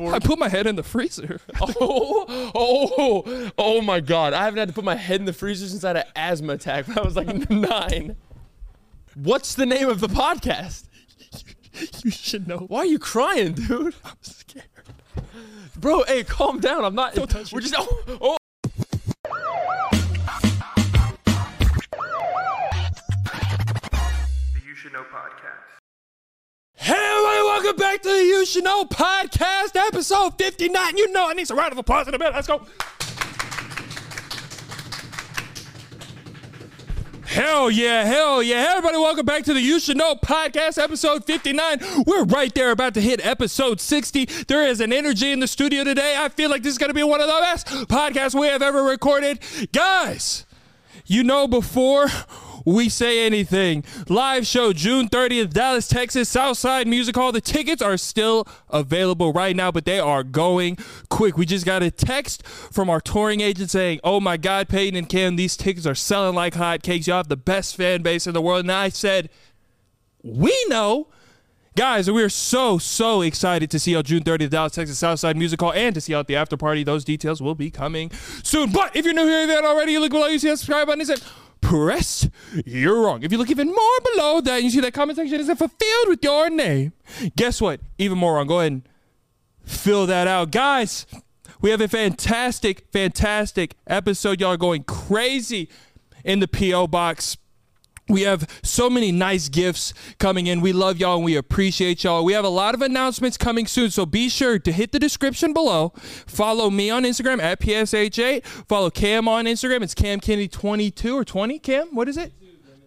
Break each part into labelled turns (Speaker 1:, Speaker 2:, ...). Speaker 1: I put my head in the freezer.
Speaker 2: Oh, oh, oh my God. I haven't had to put my head in the freezer since I had an asthma attack when I was like nine. What's the name of the podcast?
Speaker 1: you should know.
Speaker 2: Why are you crying, dude?
Speaker 1: I'm scared.
Speaker 2: Bro, hey, calm down. I'm not.
Speaker 1: Don't touch
Speaker 2: we're
Speaker 1: me.
Speaker 2: just. Oh, oh.
Speaker 3: The You Should Know podcast.
Speaker 1: Hey, everybody, welcome back to the You Should Know podcast, episode 59. You know I need some round of applause in a minute. Let's go. Hell yeah, hell yeah. Hey, everybody, welcome back to the You Should Know podcast, episode 59. We're right there about to hit episode 60. There is an energy in the studio today. I feel like this is going to be one of the best podcasts we have ever recorded. Guys, you know, before we say anything, live show June 30th, Dallas, Texas, Southside Music Hall. The tickets are still available right now, but they are going quick. We just got a text from our touring agent saying, Oh my God, Peyton and Cam, these tickets are selling like hotcakes. Y'all have the best fan base in the world. And I said, We know. Guys, we are so, so excited to see you on June 30th, Dallas, Texas Southside Music Hall, and to see you at the after party. Those details will be coming soon. But if you're new here that already, you look below, you see that subscribe button, it said, press, you're wrong. If you look even more below that, you see that comment section, it said, fulfilled with your name. Guess what? Even more wrong. Go ahead and fill that out. Guys, we have a fantastic, fantastic episode. Y'all are going crazy in the P.O. box. We have so many nice gifts coming in. We love y'all and we appreciate y'all. We have a lot of announcements coming soon, so be sure to hit the description below. Follow me on Instagram at PSH8. Follow Cam on Instagram. It's Cam Kennedy 22 or 20. Cam, what is it?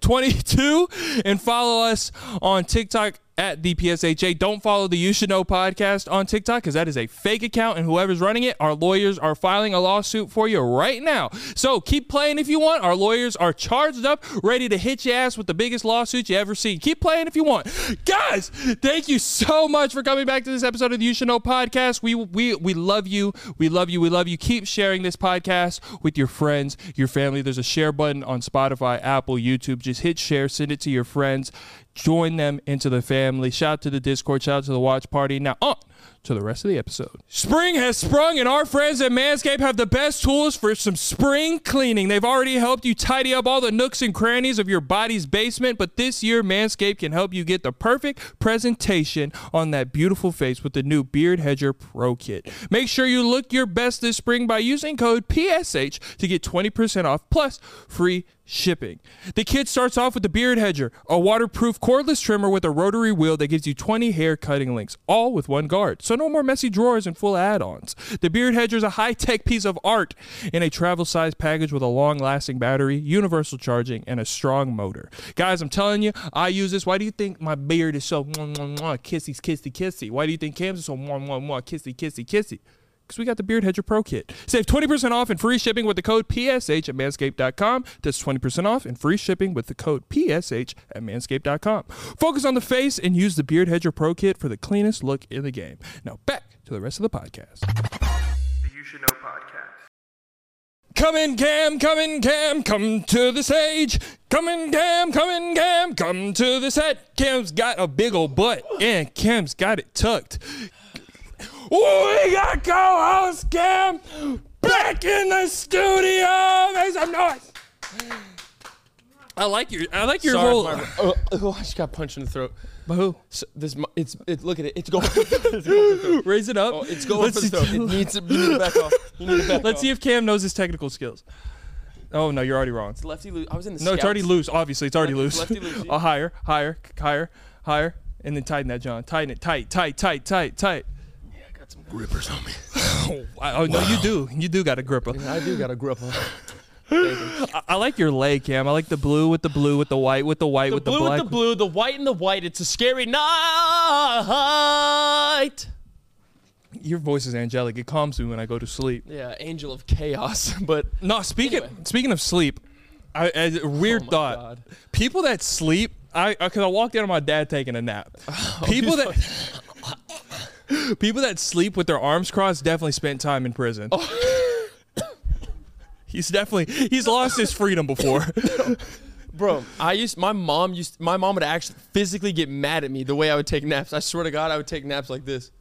Speaker 1: 22 and follow us on TikTok at the PSHA. Don't follow the You Should Know podcast on TikTok because that is a fake account, and whoever's running it, our lawyers are filing a lawsuit for you right now. So keep playing if you want. Our lawyers are charged up, ready to hit your ass with the biggest lawsuit you ever seen. Keep playing if you want, guys. Thank you so much for coming back to this episode of the You Should Know podcast. We we we love you. We love you. We love you. Keep sharing this podcast with your friends, your family. There's a share button on Spotify, Apple, YouTube. Just hit share, send it to your friends join them into the family. Shout out to the Discord, shout out to the watch party. Now on to the rest of the episode. Spring has sprung, and our friends at Manscaped have the best tools for some spring cleaning. They've already helped you tidy up all the nooks and crannies of your body's basement, but this year Manscaped can help you get the perfect presentation on that beautiful face with the new Beard Hedger Pro Kit. Make sure you look your best this spring by using code PSH to get 20% off plus free shipping. The kit starts off with the Beard Hedger, a waterproof cordless trimmer with a rotary wheel that gives you 20 hair cutting links, all with one guard. So no more messy drawers and full add-ons. The Beard Hedger is a high-tech piece of art in a travel-sized package with a long-lasting battery, universal charging, and a strong motor. Guys, I'm telling you, I use this. Why do you think my beard is so mwah, mwah, mwah, kissy, kissy, kissy? Why do you think Cam's is so mwah, mwah, mwah, kissy, kissy, kissy? because we got the Beard Hedger Pro Kit. Save 20% off and free shipping with the code PSH at manscaped.com. That's 20% off and free shipping with the code PSH at manscaped.com. Focus on the face and use the Beard Hedger Pro Kit for the cleanest look in the game. Now back to the rest of the podcast.
Speaker 3: The You Should Know podcast.
Speaker 1: Come in, Cam, come in, Cam, come to the stage. Come in, Cam, come in, Cam, come to the set. Cam's got a big old butt, and Cam's got it tucked. Ooh, we got co-host Cam back in the studio. Make some noise. I like your, I like your
Speaker 2: Sorry,
Speaker 1: whole.
Speaker 2: my- oh, oh, I just got punched in the throat.
Speaker 1: By who?
Speaker 2: So this, mu- it's, it, look at it. It's going. it's going for the throat.
Speaker 1: Raise it up.
Speaker 2: Oh, it's going
Speaker 1: Let's
Speaker 2: for the throat.
Speaker 1: see-
Speaker 2: It needs to, you need to back off. You need to back
Speaker 1: Let's
Speaker 2: off.
Speaker 1: see if Cam knows his technical skills. Oh no, you're already wrong.
Speaker 2: Lefty loose. I was in the
Speaker 1: No, it's already
Speaker 2: scouts.
Speaker 1: loose. Obviously, it's already loose.
Speaker 2: Lefty- lefty loose.
Speaker 1: Uh, higher, higher, c- higher, higher, and then tighten that, John. Tighten it, tight, tight, tight, tight, tight.
Speaker 2: I got some grippers on me.
Speaker 1: I, oh no, you do. You do got a gripper.
Speaker 2: I do got a gripper.
Speaker 1: I, I like your leg, Cam. I like the blue with the blue with the white with the white
Speaker 2: The
Speaker 1: with
Speaker 2: blue
Speaker 1: the black.
Speaker 2: with the blue, the white and the white. It's a scary night.
Speaker 1: your voice is angelic. It calms me when I go to sleep.
Speaker 2: Yeah, angel of chaos. But
Speaker 1: No, speaking
Speaker 2: Anyway. Oh
Speaker 1: speaking of sleep, I, I- a weird
Speaker 2: my
Speaker 1: thought.
Speaker 2: God.
Speaker 1: People that sleep, I because I walked in on my dad taking a nap.
Speaker 2: Oh,
Speaker 1: People that people that sleep with their arms crossed definitely spent time in prison.
Speaker 2: Oh.
Speaker 1: he's definitely he's lost his freedom before.
Speaker 2: bro, I used my mom used my mom would actually physically get mad at me the way I would take naps. I swear to God, I would take naps like this.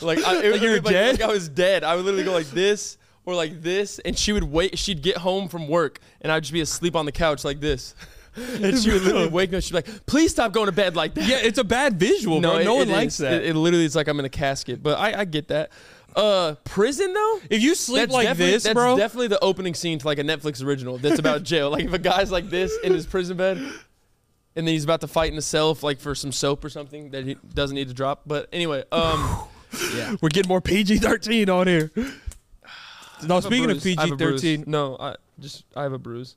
Speaker 2: Like I, it
Speaker 1: Like
Speaker 2: would
Speaker 1: you were
Speaker 2: be like,
Speaker 1: dead?
Speaker 2: like I was dead. I would literally go like this or like this, and she would wait. She'd get home from work, and I'd just be asleep on the couch like this. And she would literally wake me up. She'd be like, "Please stop going to bed like that."
Speaker 1: yeah, it's a bad visual, bro.
Speaker 2: it-
Speaker 1: no one
Speaker 2: it
Speaker 1: likes
Speaker 2: is.
Speaker 1: that.
Speaker 2: It, it literally is like I'm in a casket, but I, I get that. Uh, prison though.
Speaker 1: if you sleep like
Speaker 2: definitely-
Speaker 1: this,
Speaker 2: that's
Speaker 1: bro,
Speaker 2: definitely the opening scene to like a Netflix original that's about jail. Like if a guy's like this in his prison bed, and then he's about to fight himself like for some soap or something that he doesn't need to drop. But anyway, um, yeah.
Speaker 1: we're getting more PG thirteen on here. No,
Speaker 2: I have a
Speaker 1: speaking of
Speaker 2: bruise. I have
Speaker 1: PG
Speaker 2: a bruise.
Speaker 1: thirteen,
Speaker 2: no, I just I have a bruise.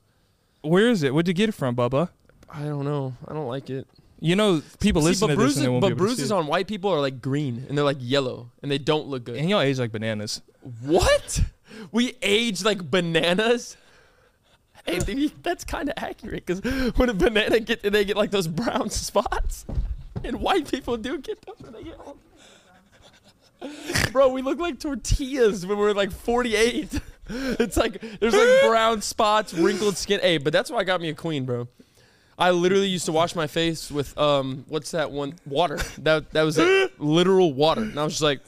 Speaker 1: where is it? Where'd you get it from, Bubba?
Speaker 2: I don't know. I don't like it.
Speaker 1: You know, people
Speaker 2: See,
Speaker 1: listen
Speaker 2: but
Speaker 1: to this
Speaker 2: bruises,
Speaker 1: and they won't be
Speaker 2: but
Speaker 1: able to see
Speaker 2: bruises
Speaker 1: it.
Speaker 2: on white people are like green and they're like yellow and they don't look good.
Speaker 1: And y'all age like bananas.
Speaker 2: What? We age like bananas? Hey, dude, that's kind of accurate because when a banana get, they get like those brown spots, and white people do get those when they get old. Bro, we look like tortillas when we're like 48. It's like there's like brown spots, wrinkled skin. Hey, but that's why I got me a queen, bro. I literally used to wash my face with um, what's that one? Water. That that was it. literal water. And I was just like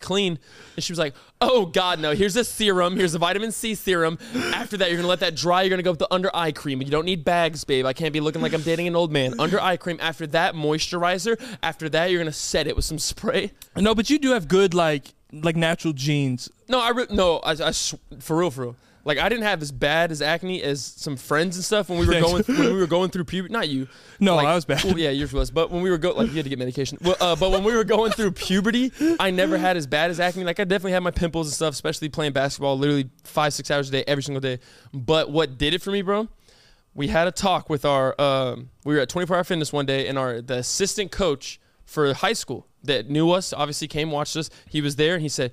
Speaker 2: clean. And she was like, "Oh God, no! Here's a serum. Here's a vitamin C serum. After that, you're gonna let that dry. You're gonna go with the under eye cream. You don't need bags, babe. I can't be looking like I'm dating an old man. Under eye cream. After that, moisturizer. After that, you're gonna set it with some spray.
Speaker 1: No, but you do have good like like natural genes.
Speaker 2: No, I re- no, I, I sw- for real, for real. Like I didn't have as bad as acne as some friends and stuff when we were going
Speaker 1: Thanks.
Speaker 2: when we were going through puberty. Not you.
Speaker 1: No,
Speaker 2: Like-
Speaker 1: I was bad.
Speaker 2: Well, yeah, yours was. But when we were go, like you had to get medication. Well, uh, but when we were going through puberty, I never had as bad as acne. Like I definitely had my pimples and stuff, especially playing basketball, literally five six hours a day every single day. But what did it for me, bro? we had a talk with our um, we were at 24 hour fitness one day and our the assistant coach for high school that knew us obviously came watched us he was there and he said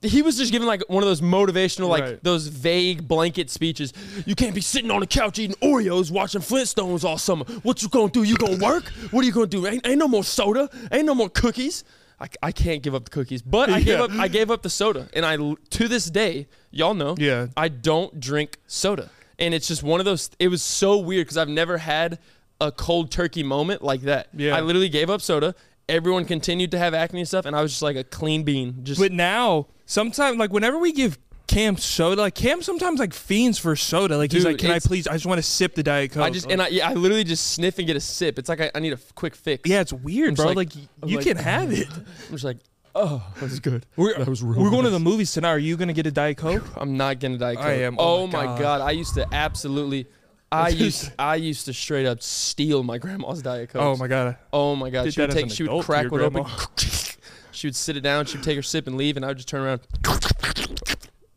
Speaker 2: he was just giving like one of those motivational like
Speaker 1: Right.
Speaker 2: those vague blanket speeches you can't be sitting on the couch eating oreos watching flintstones all summer what you gonna do you gonna work what are you gonna do ain't, ain't no more soda ain't no more cookies I, I can't give up the cookies but i gave
Speaker 1: Yeah.
Speaker 2: up i gave up the soda and i l- to this day y'all know
Speaker 1: Yeah.
Speaker 2: I don't drink soda. And it's just one of those it was so weird because I've never had a cold turkey moment like that.
Speaker 1: Yeah.
Speaker 2: I literally gave up soda. Everyone continued to have acne and stuff, and I was just like a clean bean. Just
Speaker 1: But now, sometimes like whenever we give Cam soda, like Cam sometimes like fiends for soda. Like he's
Speaker 2: Dude,
Speaker 1: like, "Can I
Speaker 2: it's-
Speaker 1: please? I just want to sip the diet coke."
Speaker 2: I just and I yeah, I literally just sniff and get a sip. It's like I, I need a f- quick fix.
Speaker 1: yeah, it's weird,
Speaker 2: I'm
Speaker 1: bro.
Speaker 2: just
Speaker 1: Like,
Speaker 2: like-
Speaker 1: y-
Speaker 2: I'm
Speaker 1: you
Speaker 2: like-
Speaker 1: can have it.
Speaker 2: I'm just like, oh, that was good.
Speaker 1: We're,
Speaker 2: that was real
Speaker 1: we're going to
Speaker 2: nice.
Speaker 1: the movies tonight. Are you gonna get a diet coke?
Speaker 2: I'm not gonna die.
Speaker 1: I am.
Speaker 2: Oh, my god. I used to absolutely. I
Speaker 1: Dude.
Speaker 2: used I used to straight up steal my grandma's diet coke.
Speaker 1: Oh my god.
Speaker 2: Oh my god,
Speaker 1: Did
Speaker 2: she would
Speaker 1: that as an
Speaker 2: take, she would
Speaker 1: adult to
Speaker 2: crack
Speaker 1: your
Speaker 2: one open.
Speaker 1: grandma.
Speaker 2: she would sit it down. She'd take her sip and leave, and I would just turn around.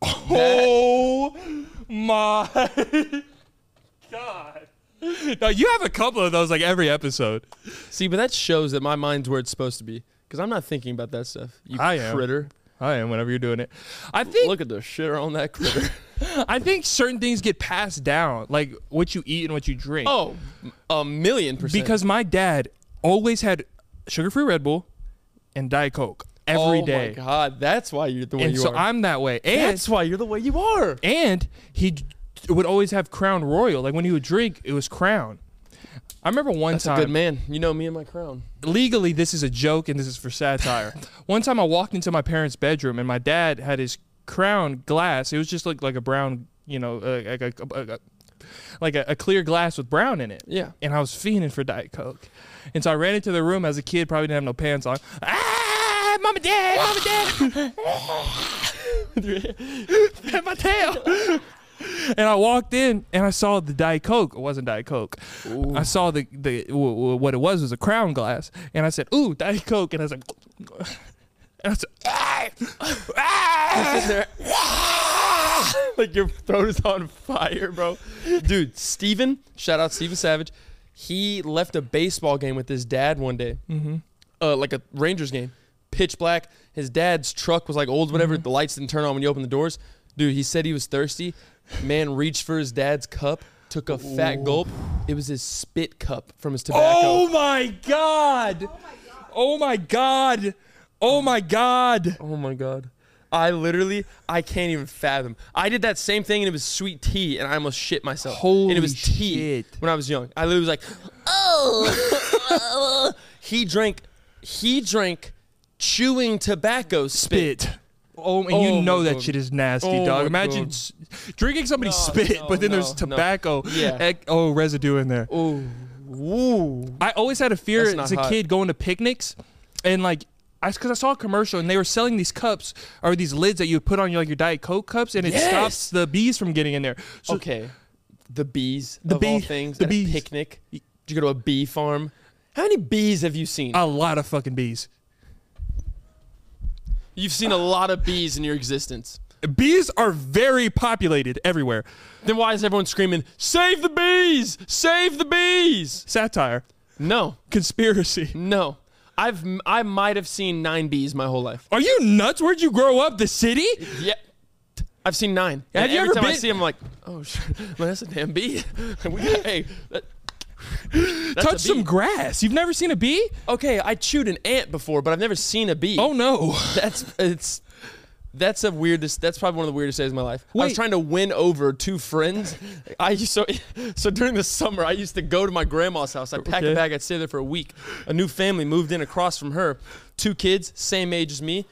Speaker 1: Oh my god. Now you have a couple of those like every episode.
Speaker 2: See, but that shows that my mind's where it's supposed to be, because I'm not thinking about that stuff. You
Speaker 1: I am.
Speaker 2: critter.
Speaker 1: I am whenever you're doing it. I think
Speaker 2: Look at the shitter on that critter.
Speaker 1: I think certain things get passed down, like what you eat and what you drink.
Speaker 2: oh, a million percent.
Speaker 1: because my dad always had sugar-free Red Bull and Diet Coke every
Speaker 2: oh
Speaker 1: day,
Speaker 2: my god, that's why you're the way
Speaker 1: and
Speaker 2: you
Speaker 1: so
Speaker 2: are.
Speaker 1: I'm that way. And
Speaker 2: that's why you're the way you are.
Speaker 1: and he d- would always have Crown Royal. Like when he would drink, it was Crown. I remember one
Speaker 2: That's a
Speaker 1: time.
Speaker 2: good man. You know me and my crown.
Speaker 1: legally this is a joke and this is for satire. One time I walked into my parents' bedroom and my dad had his crown glass. It was just like like a brown, you know, uh, like a, a- a- like a, a clear glass with brown in it.
Speaker 2: Yeah.
Speaker 1: And I was fiending for Diet Coke, and so I ran into the room as a kid, probably didn't have no pants on. Ah, mama, dad, mama, dad, and my tail. And I walked in and I saw the Diet Coke. It wasn't Diet Coke. I saw the the w- w- what it was was a crown glass, and I said, "Ooh, Diet Coke," and I was like, and I said, "Ah! Ah!"
Speaker 2: like your throat is on fire, bro. Dude, Steven, shout out Steven Savage. He left a baseball game with his dad one day, mm-hmm. uh, like a Rangers game. pitch black. His dad's truck was like old, whatever. The lights didn't turn on when you opened the doors. Dude, he said he was thirsty. Man reached for his dad's cup, took a fat gulp. It was his spit cup from his tobacco.
Speaker 1: Oh my god! Oh my god! Oh my god!
Speaker 2: Oh my god. I literally I can't even fathom. I did that same thing and it was sweet tea and I almost shit myself. and
Speaker 1: Holy
Speaker 2: it was tea
Speaker 1: shit.
Speaker 2: when I was young. I literally was like, "Oh." he drank he drank chewing tobacco spit.
Speaker 1: Spit. Oh, and
Speaker 2: Oh
Speaker 1: you know
Speaker 2: my
Speaker 1: that
Speaker 2: God.
Speaker 1: shit is nasty,
Speaker 2: Oh
Speaker 1: dog.
Speaker 2: my
Speaker 1: Imagine
Speaker 2: God.
Speaker 1: s- drinking somebody's spit,
Speaker 2: no,
Speaker 1: but then
Speaker 2: no,
Speaker 1: there's
Speaker 2: no.
Speaker 1: tobacco.
Speaker 2: Yeah.
Speaker 1: ec- oh, residue in there.
Speaker 2: Oh. Woo.
Speaker 1: I always had a fear
Speaker 2: That's not
Speaker 1: as a
Speaker 2: hot.
Speaker 1: kid going to picnics and like I because I saw a commercial and they were selling these cups or these lids that you would put on your like your Diet Coke cups and it stops
Speaker 2: Yes!
Speaker 1: the bees from getting in there. So
Speaker 2: Okay. The bees
Speaker 1: The
Speaker 2: the of all
Speaker 1: bee-
Speaker 2: things
Speaker 1: the
Speaker 2: at
Speaker 1: bees.
Speaker 2: a picnic. Did you go to a bee farm? How many bees have you seen?
Speaker 1: a lot of fucking bees.
Speaker 2: You've seen a lot of bees in your existence.
Speaker 1: Bees are very populated everywhere.
Speaker 2: Then why is everyone screaming, "Save the bees! Save the bees!"
Speaker 1: Satire,
Speaker 2: No.
Speaker 1: conspiracy.
Speaker 2: No. I've I might have seen nine bees my whole life.
Speaker 1: Are you nuts? Where'd you grow up? The city?
Speaker 2: Yeah. I've seen nine.
Speaker 1: Have
Speaker 2: And
Speaker 1: you
Speaker 2: every
Speaker 1: ever
Speaker 2: time I
Speaker 1: been-
Speaker 2: see them, I'm like, oh, shit. Well, that's a damn bee. we got, hey, that- that's a
Speaker 1: Touch some
Speaker 2: bee.
Speaker 1: grass. You've never seen a bee?
Speaker 2: okay, I chewed an ant before, but I've never seen a bee.
Speaker 1: Oh no.
Speaker 2: that's it's that's a weirdest. That's probably one of the weirdest days of my life. I was
Speaker 1: Wait.
Speaker 2: trying to win over two friends. I used so so during the summer I used to go to my grandma's house. I would pack
Speaker 1: Okay.
Speaker 2: a bag. I'd stay there for a week. A new family moved in across from her. Two kids, same age as me.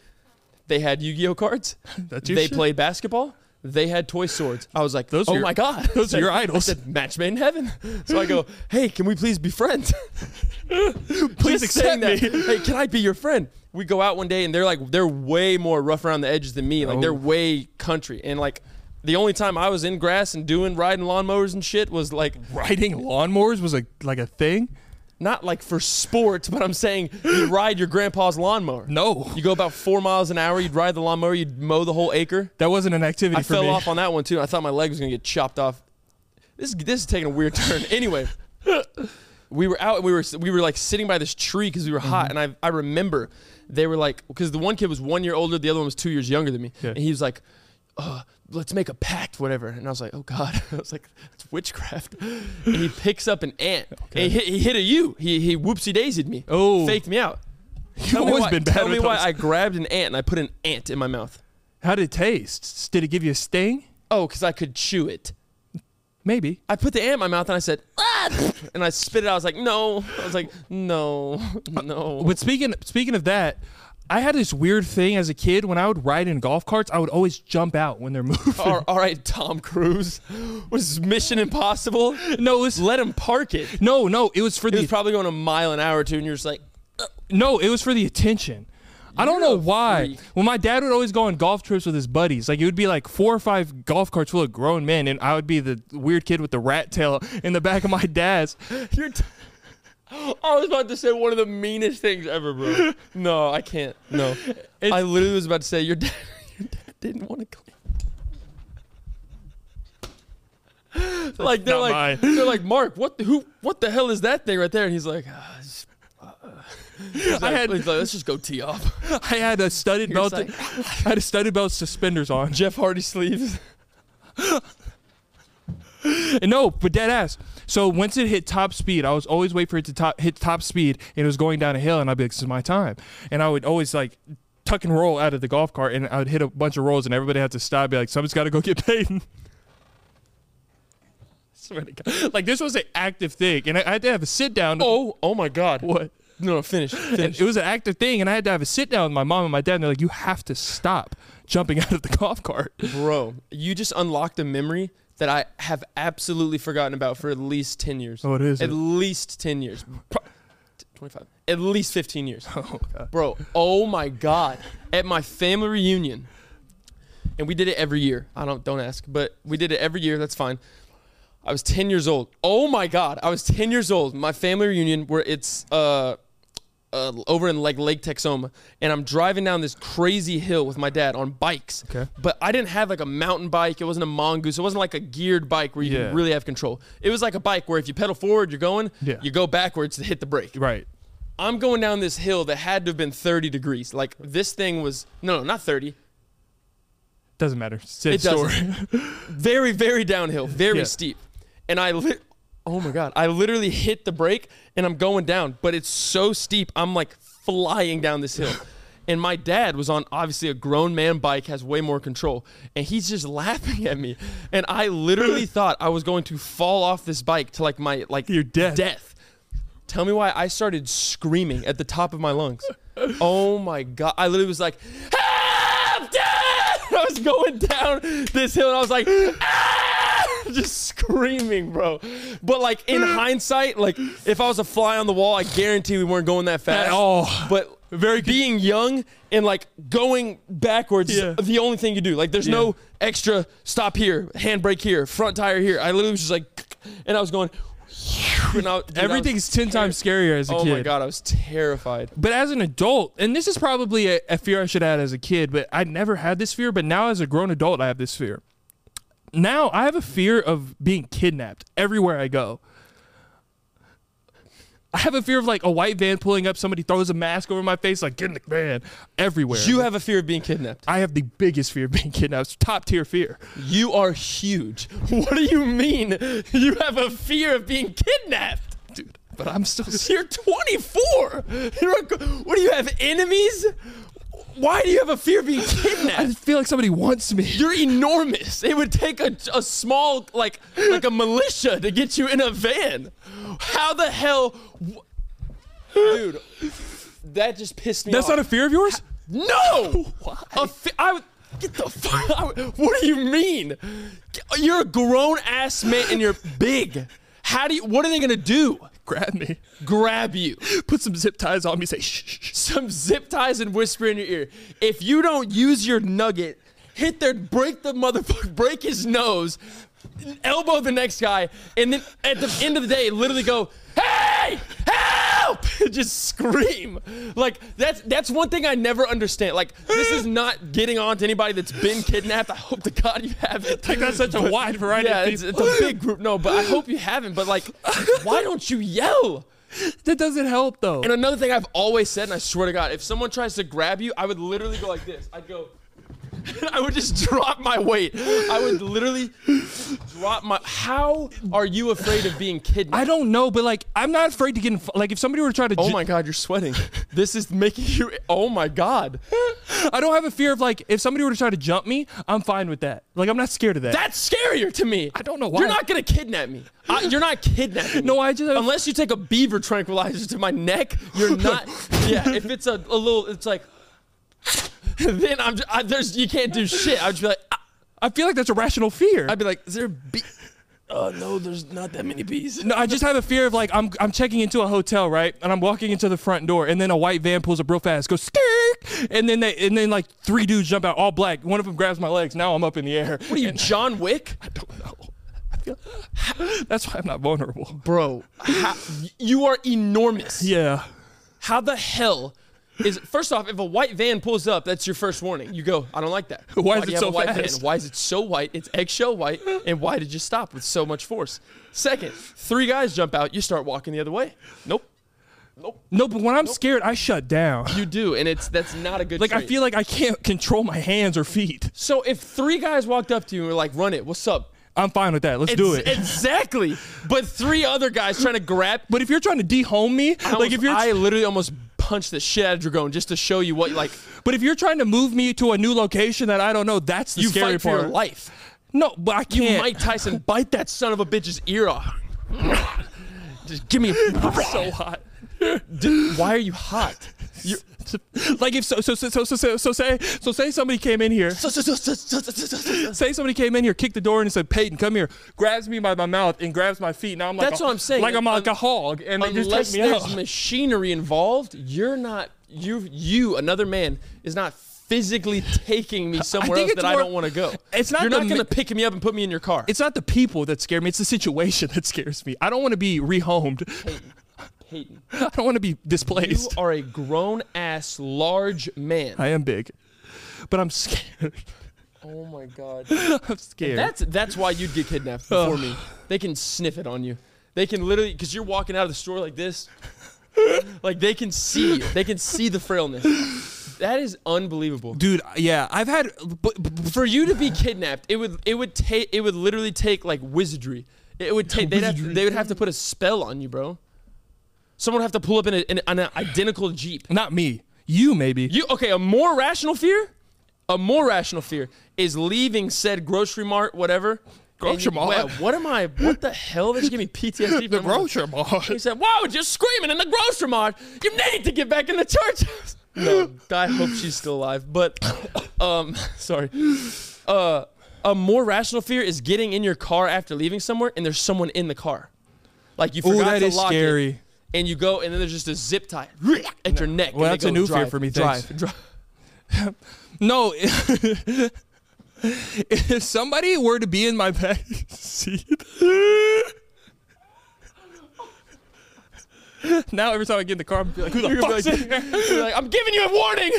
Speaker 2: They had Yu-Gi-Oh cards.
Speaker 1: That's your
Speaker 2: they
Speaker 1: shit.
Speaker 2: played basketball. They had toy swords. I was like,
Speaker 1: Those are
Speaker 2: oh
Speaker 1: your-
Speaker 2: my god,
Speaker 1: those are your
Speaker 2: I
Speaker 1: idols.
Speaker 2: said, Match made in heaven. So I go, hey, can we please be friends?
Speaker 1: Please
Speaker 2: Just
Speaker 1: accept
Speaker 2: saying that.
Speaker 1: me.
Speaker 2: hey, can I be your friend? We go out one day and they're like they're way more rough around the edges than me. Like
Speaker 1: Oh.
Speaker 2: they're way country. And like the only time I was in grass and doing riding lawnmowers and shit was like
Speaker 1: Riding lawnmowers was like like a thing.
Speaker 2: not like for sports, but I'm saying you ride your grandpa's lawnmower.
Speaker 1: No.
Speaker 2: You go about four miles an hour, you'd ride the lawnmower, you'd mow the whole acre.
Speaker 1: That wasn't an activity
Speaker 2: I
Speaker 1: for
Speaker 2: fell
Speaker 1: me.
Speaker 2: off on that one too. I thought my leg was gonna get chopped off. This this is taking a weird turn. Anyway, we were out and we were we were like sitting by this tree because we were
Speaker 1: Mm-hmm.
Speaker 2: hot. And I I remember they were like because the one kid was one year older, the other one was two years younger than me,
Speaker 1: Yeah.
Speaker 2: and he was like. Uh, let's make a pact, whatever. And I was like, oh God. I was like, it's witchcraft. And he picks up an ant. And he, hit, he hit a U. He, he whoopsie daisied me.
Speaker 1: Oh.
Speaker 2: Faked me out.
Speaker 1: You've
Speaker 2: Tell me
Speaker 1: always
Speaker 2: why-
Speaker 1: been bad
Speaker 2: Tell
Speaker 1: with
Speaker 2: me why
Speaker 1: those.
Speaker 2: I grabbed an ant and I put an ant in my mouth.
Speaker 1: How did it taste? S- Did it give you a sting?
Speaker 2: Oh, because I could chew it.
Speaker 1: Maybe.
Speaker 2: I put the ant in my mouth and I said, ah! and I spit it out. I was like, no. I was like, no,
Speaker 1: Uh,
Speaker 2: no.
Speaker 1: But speaking speaking of that, I had this weird thing as a kid when I would ride in golf carts, I would always jump out when they're moving.
Speaker 2: All- all right, Tom Cruise was Mission Impossible.
Speaker 1: no, it was
Speaker 2: Let him park it. He
Speaker 1: no, no, it was for the
Speaker 2: was probably going a mile an hour too, and you're just like,
Speaker 1: no, it was for the attention. I don't know why.
Speaker 2: freak.
Speaker 1: Well, my dad would always go on golf trips with his buddies. Like it would be like four or five golf carts full of grown men, and I would be the weird kid with the rat tail in the back of my dad's.
Speaker 2: you're. T- I was about to say one of the meanest things ever, bro. No, I can't. No, I literally was about to say your dad. Your dad didn't want to clean. like they're
Speaker 1: not
Speaker 2: like
Speaker 1: mine.
Speaker 2: they're like Mark, what the, who what the hell is that thing right there? And he's like, "Ah, it's- uh, uh." He's like-
Speaker 1: had-
Speaker 2: he's like, let's just go tee off.
Speaker 1: I had a studded
Speaker 2: You're
Speaker 1: belt.
Speaker 2: psych.
Speaker 1: I had a studded belt suspenders on.
Speaker 2: Jeff Hardy sleeves.
Speaker 1: And no, but dead ass. So once it hit top speed, I was always wait for it to top hit top speed, and it was going down a hill, and I'd be like, "This is my time," and I would always like tuck and roll out of the golf cart, and I would hit a bunch of rolls, and everybody had to stop, be like, "Someone's got to go get paid." I swear to God, like this was an active thing, and I, I had to have a sit down.
Speaker 2: Oh, oh my God.
Speaker 1: what?
Speaker 2: No, no, finish.
Speaker 1: And
Speaker 2: finish.
Speaker 1: it was an active thing, and I had to have a sit down with my mom and my dad, and they're like, "You have to stop jumping out of the golf cart."
Speaker 2: Bro, you just unlocked a memory that I have absolutely forgotten about for at least 10 years.
Speaker 1: Oh, what is
Speaker 2: At
Speaker 1: it?
Speaker 2: least 10 years. Pro- t- 25. At least 15 years. Bro, oh my God. At my family reunion, and we did it every year. I don't don't ask, but we did it every year. That's fine. I was 10 years old. Oh my God. I was 10 years old. My family reunion where it's uh uh, over in like Lake Texoma, and I'm driving down this crazy hill with my dad on bikes.
Speaker 1: Okay.
Speaker 2: But I didn't have like a mountain bike. It wasn't a mongoose. It wasn't like a geared bike where you
Speaker 1: Yeah.
Speaker 2: can really have control. It was like a bike where if you pedal forward, you're going.
Speaker 1: Yeah.
Speaker 2: You go backwards to hit the brake.
Speaker 1: Right.
Speaker 2: I'm going down this hill that had to have been 30 degrees. Like this thing was no, no, not 30.
Speaker 1: Doesn't matter. Same
Speaker 2: It
Speaker 1: story.
Speaker 2: doesn't. very, very downhill, very
Speaker 1: Yeah.
Speaker 2: steep. And I lit. Oh my god! I literally hit the brake and I'm going down, but it's so steep. I'm like flying down this hill. And my dad was on obviously a grown man bike, has way more control, and he's just laughing at me. And I literally thought I was going to fall off this bike to like my like
Speaker 1: Your death.
Speaker 2: death. Tell me why I started screaming at the top of my lungs. Oh my god! I literally was like, "Help, Dad!" I was going down this hill, and I was like, "Ah!" just screaming, bro. But like in hindsight, like if I was a fly on the wall, I guarantee we weren't going that fast
Speaker 1: At all.
Speaker 2: But very being young and like going backwards
Speaker 1: Yeah.
Speaker 2: is the only thing you do. Like there's
Speaker 1: Yeah.
Speaker 2: no extra stop here, handbrake here, front tire here. I literally was just like, and I was going. And I, dude, I was
Speaker 1: Everything's ten times scarier as a
Speaker 2: oh
Speaker 1: kid.
Speaker 2: my god, I was terrified.
Speaker 1: But as an adult, and this is probably a, a fear I should add as a kid, but I never had this fear. But now as a grown adult, I have this fear. Now I have a fear of being kidnapped everywhere I go. I have a fear of like a white van pulling up, somebody throws a mask over my face, like get in the van everywhere.
Speaker 2: You have a fear of being kidnapped.
Speaker 1: I have the biggest fear of being kidnapped. It's top tier fear.
Speaker 2: You are huge. What do you mean? You have a fear of being kidnapped?
Speaker 1: Dude, but I'm still
Speaker 2: You're 24. You're a, gr- what do you have enemies? Why do you have a fear of being
Speaker 1: I
Speaker 2: kidnapped?
Speaker 1: feel like somebody wants me.
Speaker 2: You're enormous. It would take a, a small like like a militia to get you in a van. How the hell, wh- dude? That just pissed me
Speaker 1: That's
Speaker 2: off.
Speaker 1: not a fear of yours?
Speaker 2: No. A fi- I would- get the fuck. out. what do you mean? You're a grown ass man and you're big. How do you? What are they gonna do?
Speaker 1: Grab me.
Speaker 2: Grab you?
Speaker 1: Put some zip ties on me, say shh, shh, shh.
Speaker 2: Some zip ties and whisper in your ear. If you don't use your nugget, hit their break the motherfucker, break his nose, elbow the next guy, and then at the end of the day, literally go. Hey! Help! Just scream. Like that's that's one thing I never understand. Like this is not getting on to anybody that's been kidnapped. I hope to God you haven't.
Speaker 1: Like that's such a wide variety
Speaker 2: yeah,
Speaker 1: of
Speaker 2: it's,
Speaker 1: people.
Speaker 2: it's a big group. No, but I hope you haven't. But like, why don't you yell?
Speaker 1: That doesn't help though.
Speaker 2: And another thing I've always said, and I swear to God, if someone tries to grab you, I would literally go like this. I'd go. I would just drop my weight. I would literally just drop my. How are you afraid of being
Speaker 1: I
Speaker 2: kidnapped?
Speaker 1: don't know, but like I'm not afraid to get in. f- Like if somebody were to try to,
Speaker 2: Oh
Speaker 1: ju-
Speaker 2: my God, you're sweating. This is making you. Oh my God.
Speaker 1: I don't have a fear of like if somebody were to try to jump me, I'm fine with that. Like I'm not scared of that.
Speaker 2: That's scarier to me. I
Speaker 1: don't know why.
Speaker 2: You're not gonna kidnap me. I, you're not kidnapping.
Speaker 1: No,
Speaker 2: me.
Speaker 1: I just-
Speaker 2: unless you take a beaver tranquilizer to my neck, you're not. yeah, if it's a, a little, it's like. then I'm. Just, I, there's you can't do shit. I'd just be like. "Ah."
Speaker 1: I feel like that's a rational fear.
Speaker 2: I'd be like, is there a bee? Oh no, there's not that many bees.
Speaker 1: no, I just have a fear of like I'm I'm checking into a hotel right, and I'm walking into the front door, and then a white van pulls up real fast, goes skirk, and then they and then like three dudes jump out, all black. One of them grabs my legs. Now I'm up in the air.
Speaker 2: What are you, John Wick?
Speaker 1: don't know. I feel, that's why I'm not vulnerable.
Speaker 2: Bro, you are enormous.
Speaker 1: Yeah.
Speaker 2: How the hell is first off, if a white van pulls up, that's your first warning. You go, I don't like that.
Speaker 1: Why is
Speaker 2: do
Speaker 1: it
Speaker 2: you have
Speaker 1: so
Speaker 2: a white
Speaker 1: fast?
Speaker 2: Van? Why is it so white? It's eggshell white, and why did you stop with so much force? Second, three guys jump out, you start walking the other way. Nope,
Speaker 1: No, but when I'm scared, I shut down.
Speaker 2: you do, and it's that's not a good.
Speaker 1: Like I
Speaker 2: trait.
Speaker 1: feel like I can't control my hands or feet.
Speaker 2: so. If three guys walked up to you and were like, "Run it, what's up?"
Speaker 1: I'm fine with that. Let's do
Speaker 2: Ex-
Speaker 1: it.
Speaker 2: exactly. But three other guys trying to grab.
Speaker 1: But if you're trying to dehome me,
Speaker 2: I
Speaker 1: like
Speaker 2: almost-
Speaker 1: if you're,
Speaker 2: I literally almost punched the shit out of Dragon just to show you what like
Speaker 1: but if you're trying to move me to a new location that I don't know, that's the
Speaker 2: you
Speaker 1: scary
Speaker 2: fight for
Speaker 1: part.
Speaker 2: your life.
Speaker 1: No, but I
Speaker 2: You
Speaker 1: can't.
Speaker 2: Mike Tyson bite that son of a bitch's ear off. Just give me. A,
Speaker 1: so hot.
Speaker 2: Dude, why are you hot? You-
Speaker 1: like if so so so so so so, so say so say somebody came in here. Say somebody came in here, kicked the door in and said, Peyton, come here. Grabs me by my mouth and grabs my feet. Now I'm like
Speaker 2: That's
Speaker 1: a-
Speaker 2: what I'm saying.
Speaker 1: Like I'm
Speaker 2: Un-
Speaker 1: like a hog, and they just
Speaker 2: Unless
Speaker 1: take me
Speaker 2: there's
Speaker 1: out.
Speaker 2: machinery involved, you're not. You you another man is not physically taking me somewhere
Speaker 1: think
Speaker 2: else
Speaker 1: it's
Speaker 2: that I
Speaker 1: more-
Speaker 2: don't want to go.
Speaker 1: it's not
Speaker 2: You're
Speaker 1: the
Speaker 2: not going
Speaker 1: ma-
Speaker 2: to pick me up and put me in your car.
Speaker 1: it's not the people that scare me. It's the situation that scares me. I don't want to be rehomed.
Speaker 2: Peyton.
Speaker 1: I don't want to be
Speaker 2: You
Speaker 1: displaced.
Speaker 2: are a grown ass large man.
Speaker 1: I am big, but I'm scared.
Speaker 2: oh my god.
Speaker 1: I'm scared.
Speaker 2: That's that's why you'd get kidnapped before me. They can sniff it on you. They can literally because you're walking out of the store like this, like they can see, they can see the frailness. That is unbelievable.
Speaker 1: Dude, uh, yeah, I've had. But, but-
Speaker 2: For you to be kidnapped, it would it would take it would literally take like wizardry. It would take they'd have, they would have to put a spell on you, bro. Someone would have to pull up in, a, in an identical jeep.
Speaker 1: not me. You maybe.
Speaker 2: You okay? A more rational fear, a more rational fear is leaving said grocery mart, whatever.
Speaker 1: Grocery
Speaker 2: And you-
Speaker 1: mart?
Speaker 2: Wow, What am I? What the hell? This gave me PTSD. from
Speaker 1: the grocery mart.
Speaker 2: He said, "Whoa, just screaming in the grocery mart. You need to get back in the church." no, I hope she's still alive. But, um, sorry. Uh, a more rational fear is getting in your car after leaving somewhere and there's someone in the car. Like you
Speaker 1: Ooh,
Speaker 2: forgot
Speaker 1: that
Speaker 2: to
Speaker 1: is
Speaker 2: lock it,
Speaker 1: scary.
Speaker 2: and you go, and then there's just a zip tie at your neck.
Speaker 1: Well,
Speaker 2: and they
Speaker 1: that's a
Speaker 2: go,
Speaker 1: new fear
Speaker 2: "Drive,
Speaker 1: for me,
Speaker 2: Drive,
Speaker 1: thanks."
Speaker 2: drive.
Speaker 1: No. if somebody were to be in my back seat. now every time I get in the car, I'm like, who the
Speaker 2: You're gonna
Speaker 1: fuck's
Speaker 2: be
Speaker 1: in here?
Speaker 2: You're like, I'm giving you a warning.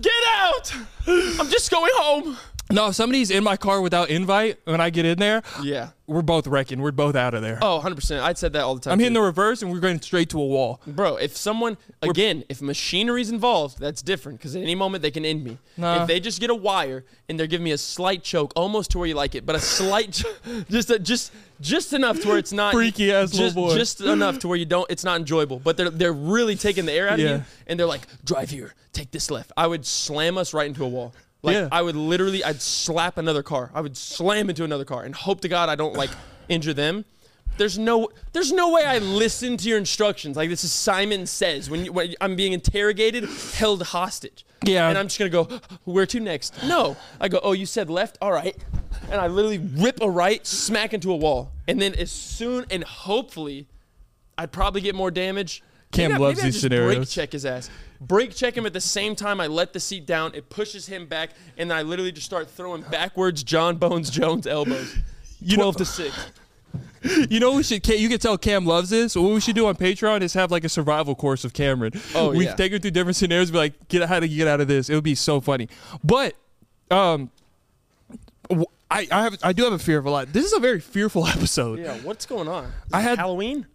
Speaker 2: Get out. I'm just going home.
Speaker 1: No, if somebody's in my car without invite, when I get in there,
Speaker 2: Yeah.
Speaker 1: we're both wrecking. We're both out of there.
Speaker 2: Oh, 100%. I'd said that all the time.
Speaker 1: I'm hitting
Speaker 2: too.
Speaker 1: the reverse and we're going straight to a wall.
Speaker 2: Bro, if someone, again, if machinery's involved, that's different because at any moment they can end me.
Speaker 1: Nah.
Speaker 2: If they just get a wire and they're giving me a slight choke, almost to where you like it, but a slight, cho- just a, just just enough to where it's not
Speaker 1: Freaky ass little
Speaker 2: just,
Speaker 1: boy.
Speaker 2: Just enough to where you don't, it's not enjoyable. But they're they're really taking the air out
Speaker 1: Yeah.
Speaker 2: of you, and they're like, drive here, take this left. I would slam us right into a wall. Like
Speaker 1: Yeah.
Speaker 2: I would literally, I'd slap another car. I would slam into another car and hope to God I don't like injure them. There's no, there's no way I listen to your instructions. Like this is Simon says when, you, when I'm being interrogated, held hostage.
Speaker 1: Yeah.
Speaker 2: And I'm just gonna go, where to next? No, I go, oh, you said left. All right. And I literally rip a right, smack into a wall, and then as soon and hopefully, I'd probably get more damage.
Speaker 1: Cam
Speaker 2: Maybe I-
Speaker 1: loves
Speaker 2: maybe I
Speaker 1: these
Speaker 2: just Brake
Speaker 1: scenarios.
Speaker 2: check his ass. Brake check him at the same time. I let the seat down. It pushes him back, and I literally just start throwing backwards John Bones Jones elbows. Twelve to six.
Speaker 1: You know, we should. Cam- You can tell Cam loves this. What we should do on Patreon is have like a survival course of Cameron.
Speaker 2: Oh,
Speaker 1: we
Speaker 2: yeah.
Speaker 1: take her through different scenarios. Be like, get how do you get out of this? It would be so funny. But, um, w- I I have I do have a fear of a lot. This is a very fearful episode.
Speaker 2: Yeah, what's going on? Is
Speaker 1: I
Speaker 2: it
Speaker 1: had-
Speaker 2: Halloween.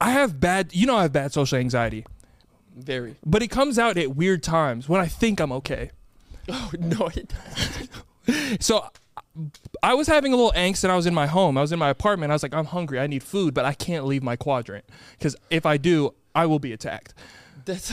Speaker 1: I have bad. You know, I have bad social anxiety,
Speaker 2: Very.
Speaker 1: but it comes out at weird times when I think I'm okay.
Speaker 2: Oh no, it
Speaker 1: So I was having a little angst and I was in my home. I was in my apartment. I was like, I'm hungry. I need food, but I can't leave my quadrant because if I do, I will be attacked.
Speaker 2: that's.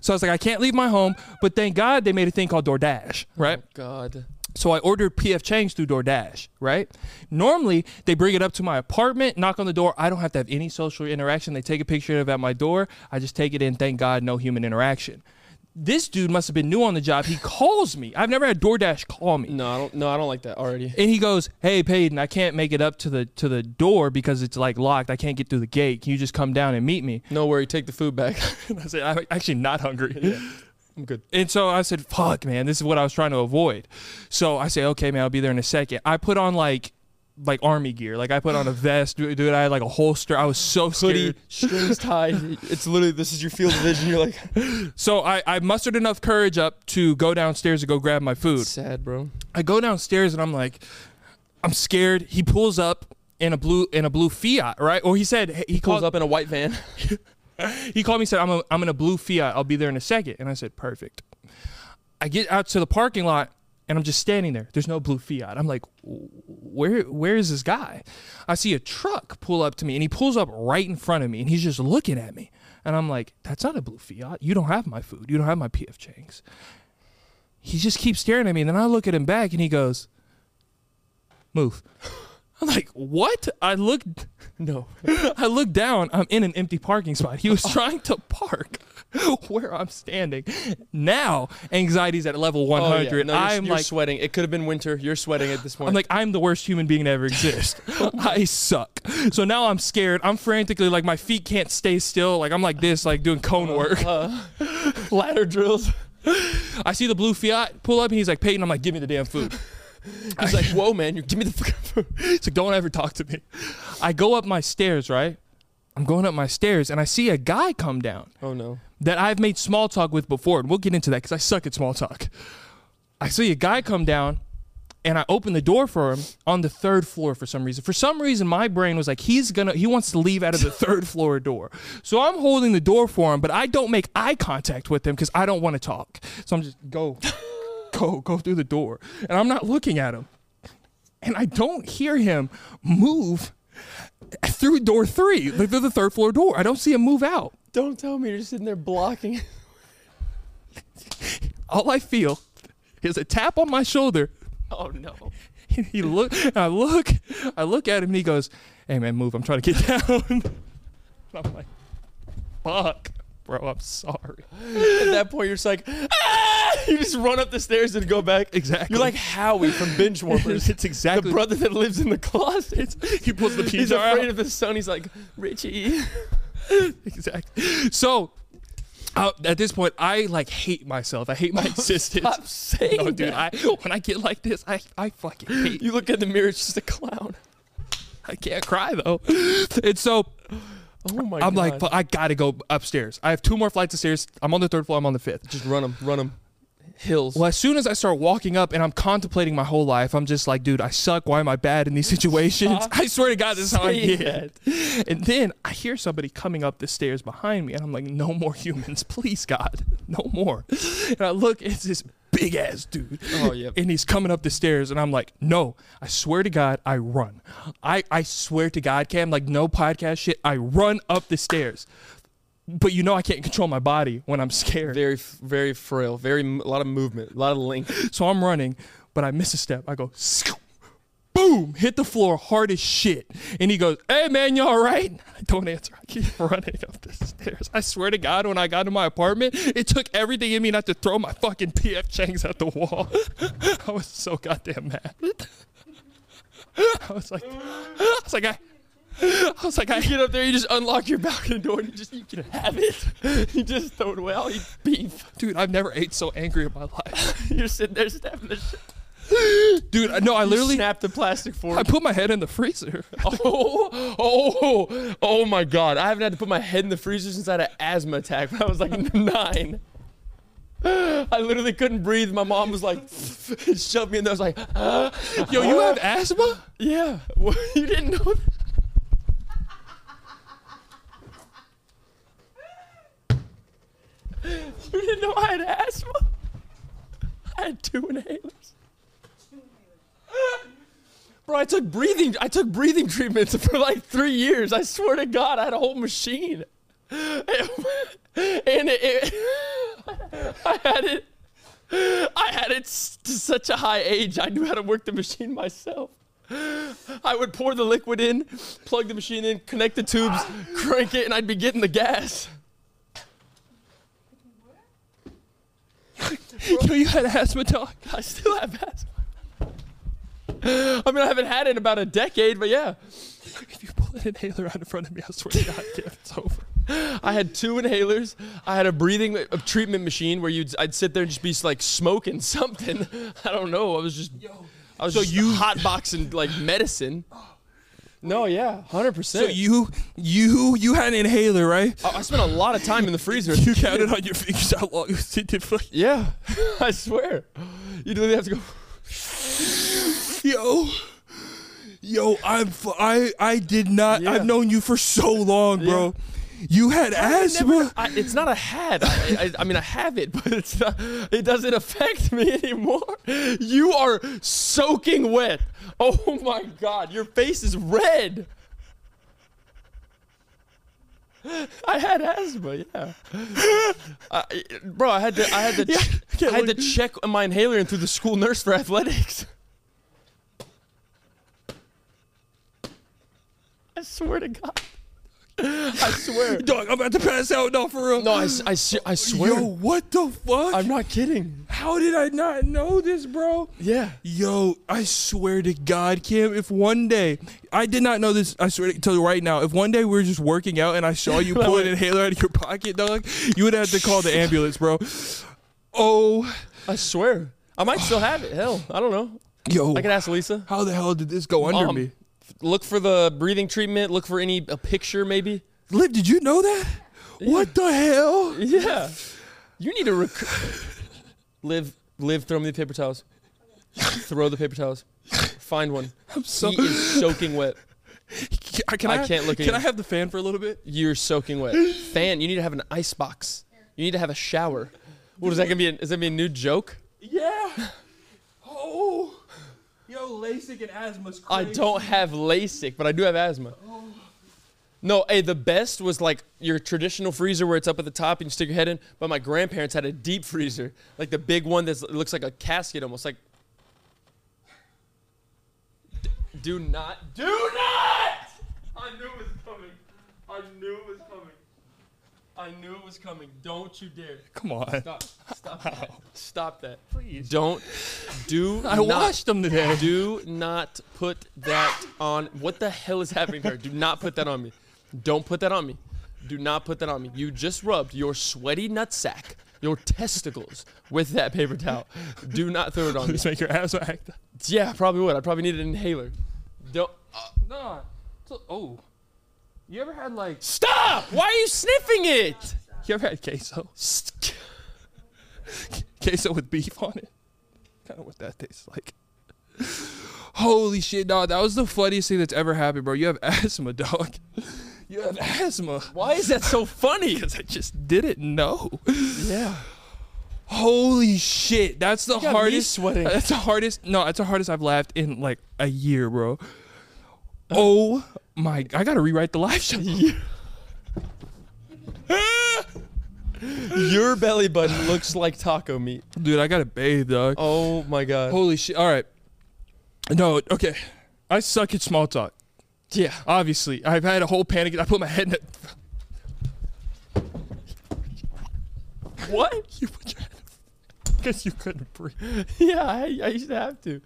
Speaker 1: So I was like, I can't leave my home, but thank God they made a thing called DoorDash, right?
Speaker 2: Oh, God.
Speaker 1: So I ordered PF Chang's through DoorDash, right? Normally they bring it up to my apartment, knock on the door. I don't have to have any social interaction. They take a picture of it at my door. I just take it in. Thank God, no human interaction. This dude must have been new on the job. He calls me. I've never had DoorDash call me.
Speaker 2: No, I don't. No, I don't like that already.
Speaker 1: And he goes, "Hey, Peyton, I can't make it up to the to the door because it's like locked. I can't get through the gate. Can you just come down and meet me?"
Speaker 2: No worry. Take the food back.
Speaker 1: And I said, "I'm actually not hungry."
Speaker 2: I'm good.
Speaker 1: And so I said, fuck, man, this is what I was trying to avoid. So I say, okay, man, I'll be there in a second. I put on like like army gear. Like I put on a vest, dude. dude, I had like a holster. I was so
Speaker 2: Hoodie,
Speaker 1: scared.
Speaker 2: strings tied. It's literally this is your field of vision. You're like
Speaker 1: So I, I mustered enough courage up to go downstairs to go grab my food.
Speaker 2: sad, bro.
Speaker 1: I go downstairs and I'm like, I'm scared. He pulls up in a blue in a blue Fiat, right? Or he said he
Speaker 2: Pulls
Speaker 1: called,
Speaker 2: up in a white van.
Speaker 1: He called me and said, I'm, a, I'm in a blue Fiat. I'll be there in a second. And I said, perfect. I get out to the parking lot and I'm just standing there. There's no blue Fiat. I'm like, where where is this guy? I see a truck pull up to me and he pulls up right in front of me and he's just looking at me. And I'm like, that's not a blue Fiat. You don't have my food. You don't have my PF Chang's. He just keeps staring at me. And then I look at him back and he goes, move. I'm like, what? I looked.
Speaker 2: No.
Speaker 1: I look down, I'm in an empty parking spot. He was trying to park where I'm standing. Now, anxiety's at level
Speaker 2: Oh, yeah.
Speaker 1: 100.
Speaker 2: No, you're,
Speaker 1: I'm
Speaker 2: you're
Speaker 1: like
Speaker 2: sweating. It could have been winter. You're sweating at this point.
Speaker 1: I'm like I'm the worst human being to ever exist. I suck. So now I'm scared. I'm frantically like my feet can't stay still. Like I'm like this like doing cone work.
Speaker 2: Uh-huh. ladder drills.
Speaker 1: I see the blue Fiat pull up and he's like Peyton, I'm like give me the damn food.
Speaker 2: He's like, whoa, man, you give me the fucking food.
Speaker 1: It's like, don't ever talk to me. I go up my stairs, right? I'm going up my stairs and I see a guy come down.
Speaker 2: Oh no.
Speaker 1: that I've made small talk with before, and we'll get into that because I suck at small talk. I see a guy come down, and I opened the door for him on the third floor for some reason. For some reason, my brain was like, he's gonna, he wants to leave out of the third floor door. So I'm holding the door for him, but I don't make eye contact with him because I don't want to talk. So I'm just go, go, go through the door, and I'm not looking at him, and I don't hear him move through door three, like through the third floor door. I don't see him move out.
Speaker 2: Don't tell me you're just sitting there blocking.
Speaker 1: All I feel is a tap on my shoulder.
Speaker 2: oh no.
Speaker 1: he look and I look I look at him and he goes, Hey man, move, I'm trying to get down. And I'm like, fuck, bro, I'm sorry.
Speaker 2: At that point, you're just like, ah! you just run up the stairs and go back.
Speaker 1: Exactly.
Speaker 2: You're like Howie from Binge Warmers.
Speaker 1: It's exactly-
Speaker 2: the brother that lives in the closet.
Speaker 1: He pulls the
Speaker 2: He's
Speaker 1: PJR
Speaker 2: afraid
Speaker 1: out.
Speaker 2: of his son. He's like Richie.
Speaker 1: Exactly. So uh, at this point, I like hate myself. I hate my existence.
Speaker 2: Stop saying
Speaker 1: No, dude, I,
Speaker 2: that.
Speaker 1: when I get like this, I, I fucking hate
Speaker 2: You look in the mirror. It's just a clown.
Speaker 1: I can't cry though. And so
Speaker 2: Oh my
Speaker 1: I'm
Speaker 2: god.
Speaker 1: like, "Fu- I gotta go upstairs. I have two more flights of stairs. I'm on the third floor, I'm on the fifth.
Speaker 2: just run him, run him. Hills.
Speaker 1: Well, as soon as I start walking up and I'm contemplating my whole life, I'm just like, dude, I suck. Why am I bad in these situations? I swear to God, this is how I
Speaker 2: saying
Speaker 1: get. And then I hear somebody coming up the stairs behind me, and I'm like, no more humans, please, God, no more. And I look, it's this big ass dude.
Speaker 2: Oh, yep.
Speaker 1: And he's coming up the stairs, and I'm like, no, I swear to God, I run. I, I swear to God, Cam, like, no podcast shit. I run up the stairs. But you know, I can't control my body when I'm scared.
Speaker 2: Very, f- very frail. Very m- a lot of movement, a lot of length.
Speaker 1: So I'm running, but I miss a step. I go, "Scoop." boom, hit the floor hard as shit. And he goes, hey man, you all right? I don't answer. I keep running up the stairs. I swear to God, when I got to my apartment, it took everything in me not to throw my fucking PF Changs at the wall. I was so goddamn mad. I was like, I was like, I, I was like, I
Speaker 2: Get up there. You just unlock your balcony door. And you just you can have it. You just throw it away. All you beef.
Speaker 1: dude, I've never ate so angry in my life.
Speaker 2: You're sitting there snapping the shit.
Speaker 1: Dude, I- no, I literally,
Speaker 2: snap the plastic fork.
Speaker 1: I put my head in the freezer.
Speaker 2: Oh, oh, oh my God. I haven't had to put my head in the freezer since I had an asthma attack when I was like nine. I literally couldn't breathe. My mom was like, shoved me in there. I was like, "Ah."
Speaker 1: Yo, you have asthma?
Speaker 2: yeah. What? You didn't know that? You didn't know I had asthma? I had two inhalers. Bro, I took breathing I took breathing treatments for like three years. I swear to God, I had a whole machine. And it, it- I had it I had it s- to such a high age, I knew how to work the machine myself. I would pour the liquid in, plug the machine in, connect the tubes, crank it, and I'd be getting the gas.
Speaker 1: Yo, you had asthma, dog.
Speaker 2: I still have asthma. I mean, I haven't had it in about a decade, but yeah.
Speaker 1: If you pull an inhaler out in front of me, I swear to God, Kev, it's over.
Speaker 2: I had two inhalers. I had a breathing a treatment machine where you'd I'd sit there and just be like smoking something. I don't know. I was just I was so you hot boxing like medicine. No, yeah, hundred
Speaker 1: Oh. So
Speaker 2: percent.
Speaker 1: you, you, you had an inhaler, right?
Speaker 2: I I spent a lot of time in the freezer.
Speaker 1: You counted on your fingers how long it did for
Speaker 2: Yeah, I swear. You literally have to go.
Speaker 1: Yo, yo, I'm, f- I, I did not.
Speaker 2: Yeah.
Speaker 1: I've known you for so long, bro. You had asthma.
Speaker 2: I, it's not a had. I, I, I mean, I have it, but it's not, it doesn't affect me anymore. You are soaking wet. Oh my God, your face is red. I had asthma, yeah. I, bro, I had to, I had to, ch-
Speaker 1: Yeah,
Speaker 2: I had to
Speaker 1: like-
Speaker 2: check my inhaler and through the school nurse for athletics. I swear to God. I swear.
Speaker 1: dog, I'm about to pass out. No, for real.
Speaker 2: No, I, s- I s- I swear.
Speaker 1: Yo, what the fuck?
Speaker 2: I'm not kidding.
Speaker 1: how did I not know this, bro?
Speaker 2: Yeah.
Speaker 1: Yo, I swear to God, Kim, if one day I did not know this, I swear to tell you right now, if one day we were just working out and I saw you pull an inhaler out of your pocket, dog, you would have to call the ambulance, bro. Oh,
Speaker 2: I swear. I might still have it. Hell, I don't know.
Speaker 1: yo,
Speaker 2: I can ask Lisa.
Speaker 1: how the hell did this go under
Speaker 2: Um,
Speaker 1: me?
Speaker 2: Look for the breathing treatment. Look for any a picture, maybe.
Speaker 1: Liv, did you know that? What the hell?
Speaker 2: Yeah. You need to rec- live. Live. Throw me the paper towels. Throw the paper towels. Find one. I'm
Speaker 1: so-
Speaker 2: He is soaking wet.
Speaker 1: I, can
Speaker 2: I can't look at
Speaker 1: Can
Speaker 2: you.
Speaker 1: I have the fan for a little bit?
Speaker 2: You're soaking wet. Fan, you need to have an ice box. You need to have a shower. What is that gonna be? An, is that gonna be a new joke?
Speaker 1: Yeah. Oh. Yo, LASIK and asthma's
Speaker 2: I don't have LASIK, but I do have asthma. No, hey, the best was like your traditional freezer where it's up at the top and you stick your head in. But my grandparents had a deep freezer, like the big one that looks like a casket almost. Like, D- do not, do not! I knew it was coming. I knew it was coming. I knew it was coming. Don't you dare.
Speaker 1: Come on.
Speaker 2: Stop. Stop that. Stop that. Please. Don't. Do
Speaker 1: I
Speaker 2: not-
Speaker 1: washed them today.
Speaker 2: Do not put that on. What the hell is happening here? Do not put that on me. Don't put that on me. Do not put that on me. You just rubbed your sweaty nutsack, your testicles, with that paper towel. Do not throw it on me.
Speaker 1: Just make your asthma act.
Speaker 2: Yeah, I probably would. I probably need an inhaler. Don't. uh,
Speaker 1: Nah. Oh. You ever had like
Speaker 2: Stop! Why are you sniffing it?
Speaker 1: You ever had queso?
Speaker 2: St-
Speaker 1: queso with beef on it. Kind of what that tastes like. Holy shit, dog. That was the funniest thing that's ever happened, bro. You have asthma, dog. You have asthma.
Speaker 2: Why is that so funny?
Speaker 1: Because I just didn't know.
Speaker 2: Yeah.
Speaker 1: Holy shit. That's the
Speaker 2: got me
Speaker 1: hardest.
Speaker 2: sweating.
Speaker 1: That's the hardest. No, that's the hardest I've laughed in like a year, bro.
Speaker 2: Uh.
Speaker 1: Oh my. I got to rewrite the live show.
Speaker 2: Your belly button looks like taco meat.
Speaker 1: Dude, I got to bathe, dog.
Speaker 2: Oh my god.
Speaker 1: Holy shit. All right. No, okay. I suck at small talk.
Speaker 2: yeah.
Speaker 1: Obviously, I've had a whole panic. I put my head in it.
Speaker 2: What?
Speaker 1: You put your head because you couldn't breathe.
Speaker 2: Yeah, I, I used to have to.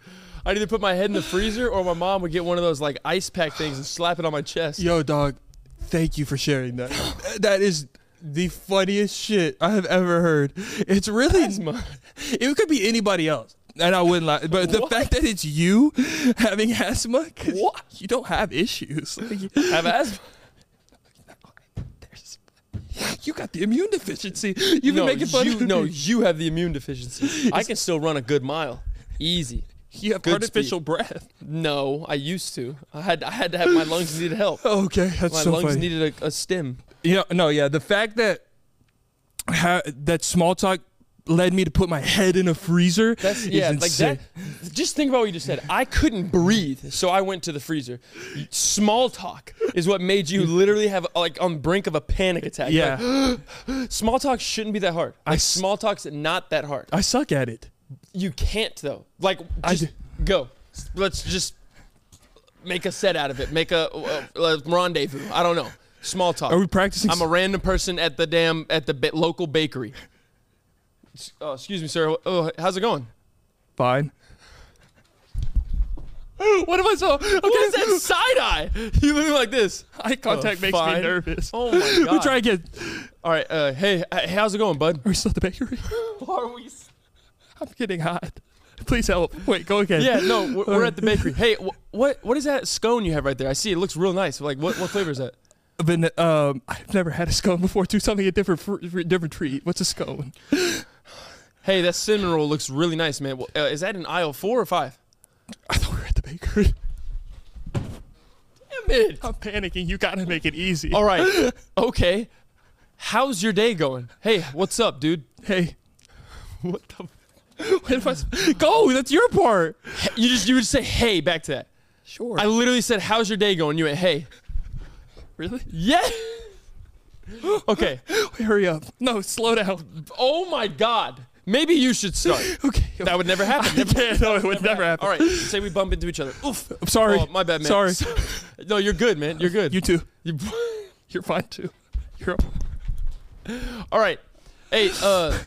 Speaker 2: I'd either put my head in the freezer or my mom would get one of those like ice pack things and slap it on my chest.
Speaker 1: Yo, dog. Thank you for sharing that. that is the funniest shit I have ever heard. It's really It could be anybody else, and I wouldn't lie. But the fact that it's you having asthma, 'cause
Speaker 2: What?
Speaker 1: you don't have issues. Like, you-
Speaker 2: Have asthma.
Speaker 1: there's- you got the immune deficiency. You've been
Speaker 2: no,
Speaker 1: making fun
Speaker 2: you,
Speaker 1: of me.
Speaker 2: no, you have the immune deficiency. I can still run a good mile. Easy.
Speaker 1: you have
Speaker 2: good
Speaker 1: artificial
Speaker 2: speed.
Speaker 1: breath.
Speaker 2: No, I used to. I had I had to have my lungs needed help.
Speaker 1: Okay, Oh, that's
Speaker 2: My
Speaker 1: so
Speaker 2: lungs
Speaker 1: funny.
Speaker 2: needed a, a stem.
Speaker 1: Yeah, no, yeah. The fact that ha- that small talk led me to put my head in a freezer
Speaker 2: That's
Speaker 1: is
Speaker 2: yeah, like
Speaker 1: insane.
Speaker 2: that. Just think about what you just said. I couldn't breathe, so I went to the freezer. Small talk is what made you literally have like on brink of a panic attack.
Speaker 1: Yeah,
Speaker 2: Like, small talk shouldn't be that hard.
Speaker 1: I
Speaker 2: Like,
Speaker 1: s-
Speaker 2: small talk's not that hard.
Speaker 1: I suck at it.
Speaker 2: You can't though. Like
Speaker 1: I
Speaker 2: just
Speaker 1: d-
Speaker 2: go. Let's just make a set out of it. Make a, uh uh, rendezvous. I don't know. Small talk.
Speaker 1: Are we practicing?
Speaker 2: I'm a random person at the damn at the ba- local bakery. S- Oh, excuse me, sir. Oh, how's it going?
Speaker 1: fine. What am I so? Okay,
Speaker 2: What is that side eye? You looking like this?
Speaker 1: eye contact makes
Speaker 2: Oh,
Speaker 1: me
Speaker 2: fine.
Speaker 1: nervous.
Speaker 2: Oh my god.
Speaker 1: We try again.
Speaker 2: All right. Uh, hey, h- how's it going, bud?
Speaker 1: Are we still at the bakery?
Speaker 2: Are we?
Speaker 1: I'm getting hot. Please help. Wait, go again.
Speaker 2: Yeah, no, we're, we're at the bakery. Hey, wh- what what is that scone you have right there? I see it looks real nice. Like, what what flavor is that?
Speaker 1: But um, I've never had a scone before. Do something a different, fr- different treat. What's a scone?
Speaker 2: Hey, that cinnamon roll looks really nice, man. Well, uh, is that in aisle four or five?
Speaker 1: I thought we were at the bakery.
Speaker 2: Damn it!
Speaker 1: I'm panicking. You gotta make it easy.
Speaker 2: All right, okay. How's your day going? Hey, what's up, dude?
Speaker 1: Hey, what the? What if I s- go? That's your part.
Speaker 2: You just you would say hey back to that.
Speaker 1: Sure.
Speaker 2: I literally said, "How's your day going?" You went, "Hey."
Speaker 1: really?
Speaker 2: Yeah. Okay.
Speaker 1: Hurry up. No, slow down.
Speaker 2: Oh my God. Maybe you should start.
Speaker 1: Okay.
Speaker 2: That would never happen.
Speaker 1: I can't. No, it would never happen.
Speaker 2: All right. Say we bump into each other. Oof.
Speaker 1: I'm sorry.
Speaker 2: Oh, my bad, man.
Speaker 1: Sorry.
Speaker 2: No, you're good, man. You're good.
Speaker 1: You too.
Speaker 2: You-
Speaker 1: You're fine too. You're.
Speaker 2: All right. Hey, uh,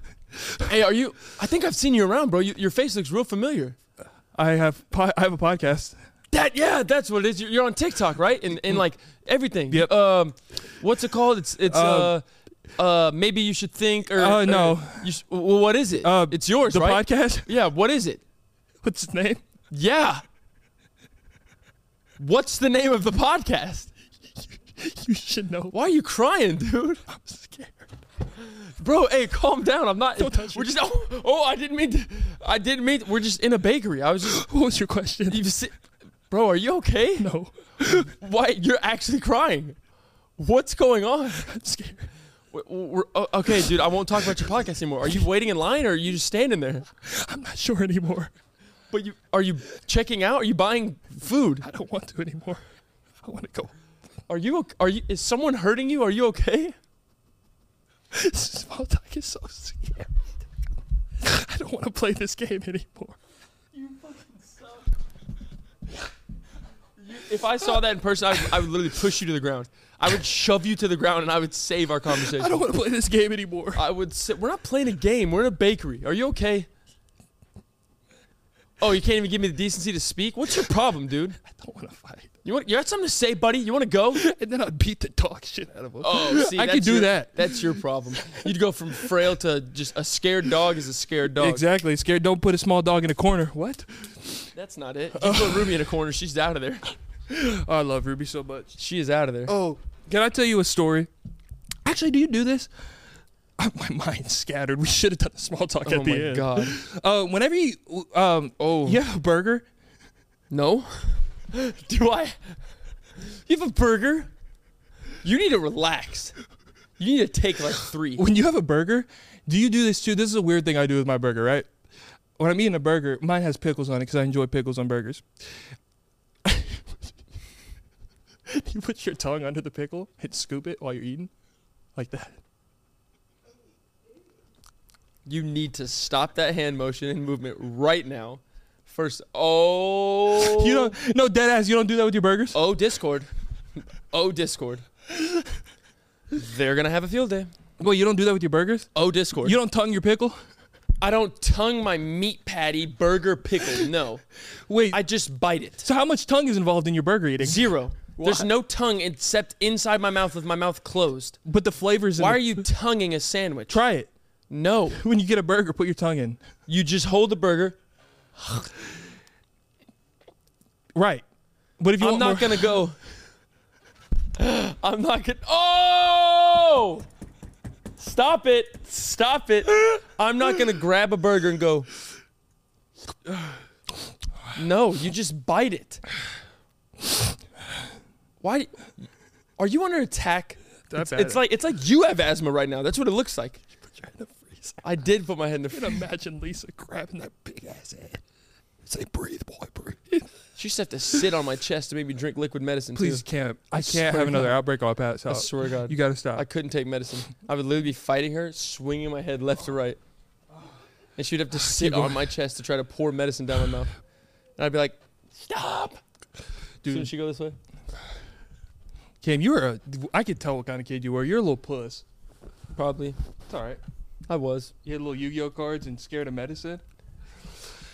Speaker 2: hey, are you? I think I've seen you around, bro. You, your face looks real familiar.
Speaker 1: I have. Po- I have a podcast.
Speaker 2: That yeah, that's what it is. You're, you're on TikTok, right? And and like everything.
Speaker 1: Yep.
Speaker 2: Um, what's it called? It's it's uh.
Speaker 1: Um,
Speaker 2: Uh, maybe you should think, or
Speaker 1: Oh,
Speaker 2: or
Speaker 1: no.
Speaker 2: you sh- well, what is it?
Speaker 1: Uh,
Speaker 2: it's yours,
Speaker 1: the
Speaker 2: right?
Speaker 1: podcast.
Speaker 2: Yeah, what is it?
Speaker 1: What's its name?
Speaker 2: Yeah. What's the name of the podcast?
Speaker 1: You should know.
Speaker 2: Why are you crying, dude?
Speaker 1: I'm scared.
Speaker 2: Bro, hey, calm down. I'm not.
Speaker 1: Don't touch
Speaker 2: we're
Speaker 1: me.
Speaker 2: just. Oh, oh, I didn't mean. To, I didn't mean. We're just in a bakery. I was just.
Speaker 1: What was your question?
Speaker 2: You just, bro, are you okay?
Speaker 1: no.
Speaker 2: Why you're actually crying? What's going on?
Speaker 1: I'm scared.
Speaker 2: We're, we're- oh, okay, dude. I won't talk about your podcast anymore. Are you waiting in line or are you just standing there?
Speaker 1: I'm not sure anymore.
Speaker 2: But you are you checking out? Are you buying food?
Speaker 1: I don't want to anymore. I want to go.
Speaker 2: Are you ok- are you is someone hurting you? Are you okay?
Speaker 1: Small talk is so scary. I don't want to play this game anymore.
Speaker 2: If I saw that in person, I would, I would literally push you to the ground. I would shove you to the ground and I would save our conversation.
Speaker 1: I don't want to play this game anymore.
Speaker 2: I would say, we're not playing a game. We're in a bakery. Are you okay? Oh, you can't even give me the decency to speak? What's your problem, dude?
Speaker 1: I don't want to fight.
Speaker 2: You want you got something to say, buddy? You want to go?
Speaker 1: And then I'd beat the dog shit out of him.
Speaker 2: Oh, see,
Speaker 1: I
Speaker 2: that's
Speaker 1: could do
Speaker 2: your-
Speaker 1: that.
Speaker 2: That's your problem. You'd go from frail to just a scared dog is a scared dog.
Speaker 1: Exactly. Scared. Don't put a small dog in a corner. What?
Speaker 2: That's not it. You put Ruby in a corner, she's out of there.
Speaker 1: Oh, I love Ruby so much.
Speaker 2: She is out of there.
Speaker 1: Oh, can I tell you a story? Actually, do you do this? My mind's scattered. We should have done the small talk
Speaker 2: Oh
Speaker 1: at the
Speaker 2: my
Speaker 1: end.
Speaker 2: god.
Speaker 1: Uh, whenever you, um,
Speaker 2: Oh.
Speaker 1: you have a burger.
Speaker 2: No? Do I? You have a burger? You need to relax. You need to take like three.
Speaker 1: When you have a burger, do you do this too? This is a weird thing I do with my burger, right? When I'm eating a burger, mine has pickles on it because I enjoy pickles on burgers. you put your tongue under the pickle and scoop it while you're eating, like that.
Speaker 2: You need to stop that hand motion and movement right now. First, oh,
Speaker 1: You don't, no dead ass. You don't do that with your burgers.
Speaker 2: oh Discord, oh Discord. They're gonna have a field day.
Speaker 1: Well, you don't do that with your burgers.
Speaker 2: Oh Discord.
Speaker 1: You don't tongue your pickle.
Speaker 2: I don't tongue my meat patty burger pickle. No,
Speaker 1: Wait.
Speaker 2: I just bite it.
Speaker 1: so how much tongue is involved in your burger eating?
Speaker 2: Zero. There's
Speaker 1: Why?
Speaker 2: no tongue except inside my mouth with my mouth closed.
Speaker 1: But the flavors. in
Speaker 2: Why
Speaker 1: the-
Speaker 2: are you tonguing a sandwich?
Speaker 1: Try it.
Speaker 2: No,
Speaker 1: When you get a burger, put your tongue in.
Speaker 2: you just hold the burger.
Speaker 1: Right. But if you
Speaker 2: I'm
Speaker 1: want
Speaker 2: not
Speaker 1: more-
Speaker 2: gonna go. I'm not gonna. Oh! Stop it! Stop it! I'm not gonna grab a burger and go. No, you just bite it. Why? Are you under attack?
Speaker 1: That's
Speaker 2: It's, it's
Speaker 1: bad.
Speaker 2: like it's like you have asthma right now. That's what it looks like. I did put my head in the
Speaker 1: can
Speaker 2: freezer.
Speaker 1: imagine Lisa grabbing that big ass head. Say, breathe, boy, breathe.
Speaker 2: She used to have to sit on my chest to make me drink liquid medicine.
Speaker 1: Please
Speaker 2: too.
Speaker 1: can't. I
Speaker 2: swear
Speaker 1: can't
Speaker 2: to
Speaker 1: have another
Speaker 2: God.
Speaker 1: outbreak on my pants.
Speaker 2: I swear to God.
Speaker 1: You gotta stop.
Speaker 2: I couldn't take medicine. I would literally be fighting her, swinging my head left to right. And she'd have to sit on my chest to try to pour medicine down my mouth. And I'd be like, stop. Dude. Shouldn't
Speaker 1: Dude,
Speaker 2: she go this way?
Speaker 1: Cam, you were a. I could tell what kind of kid you were. You're a little puss.
Speaker 2: Probably.
Speaker 1: It's all right.
Speaker 2: I was.
Speaker 1: You had little Yu-Gi-Oh cards and scared of medicine.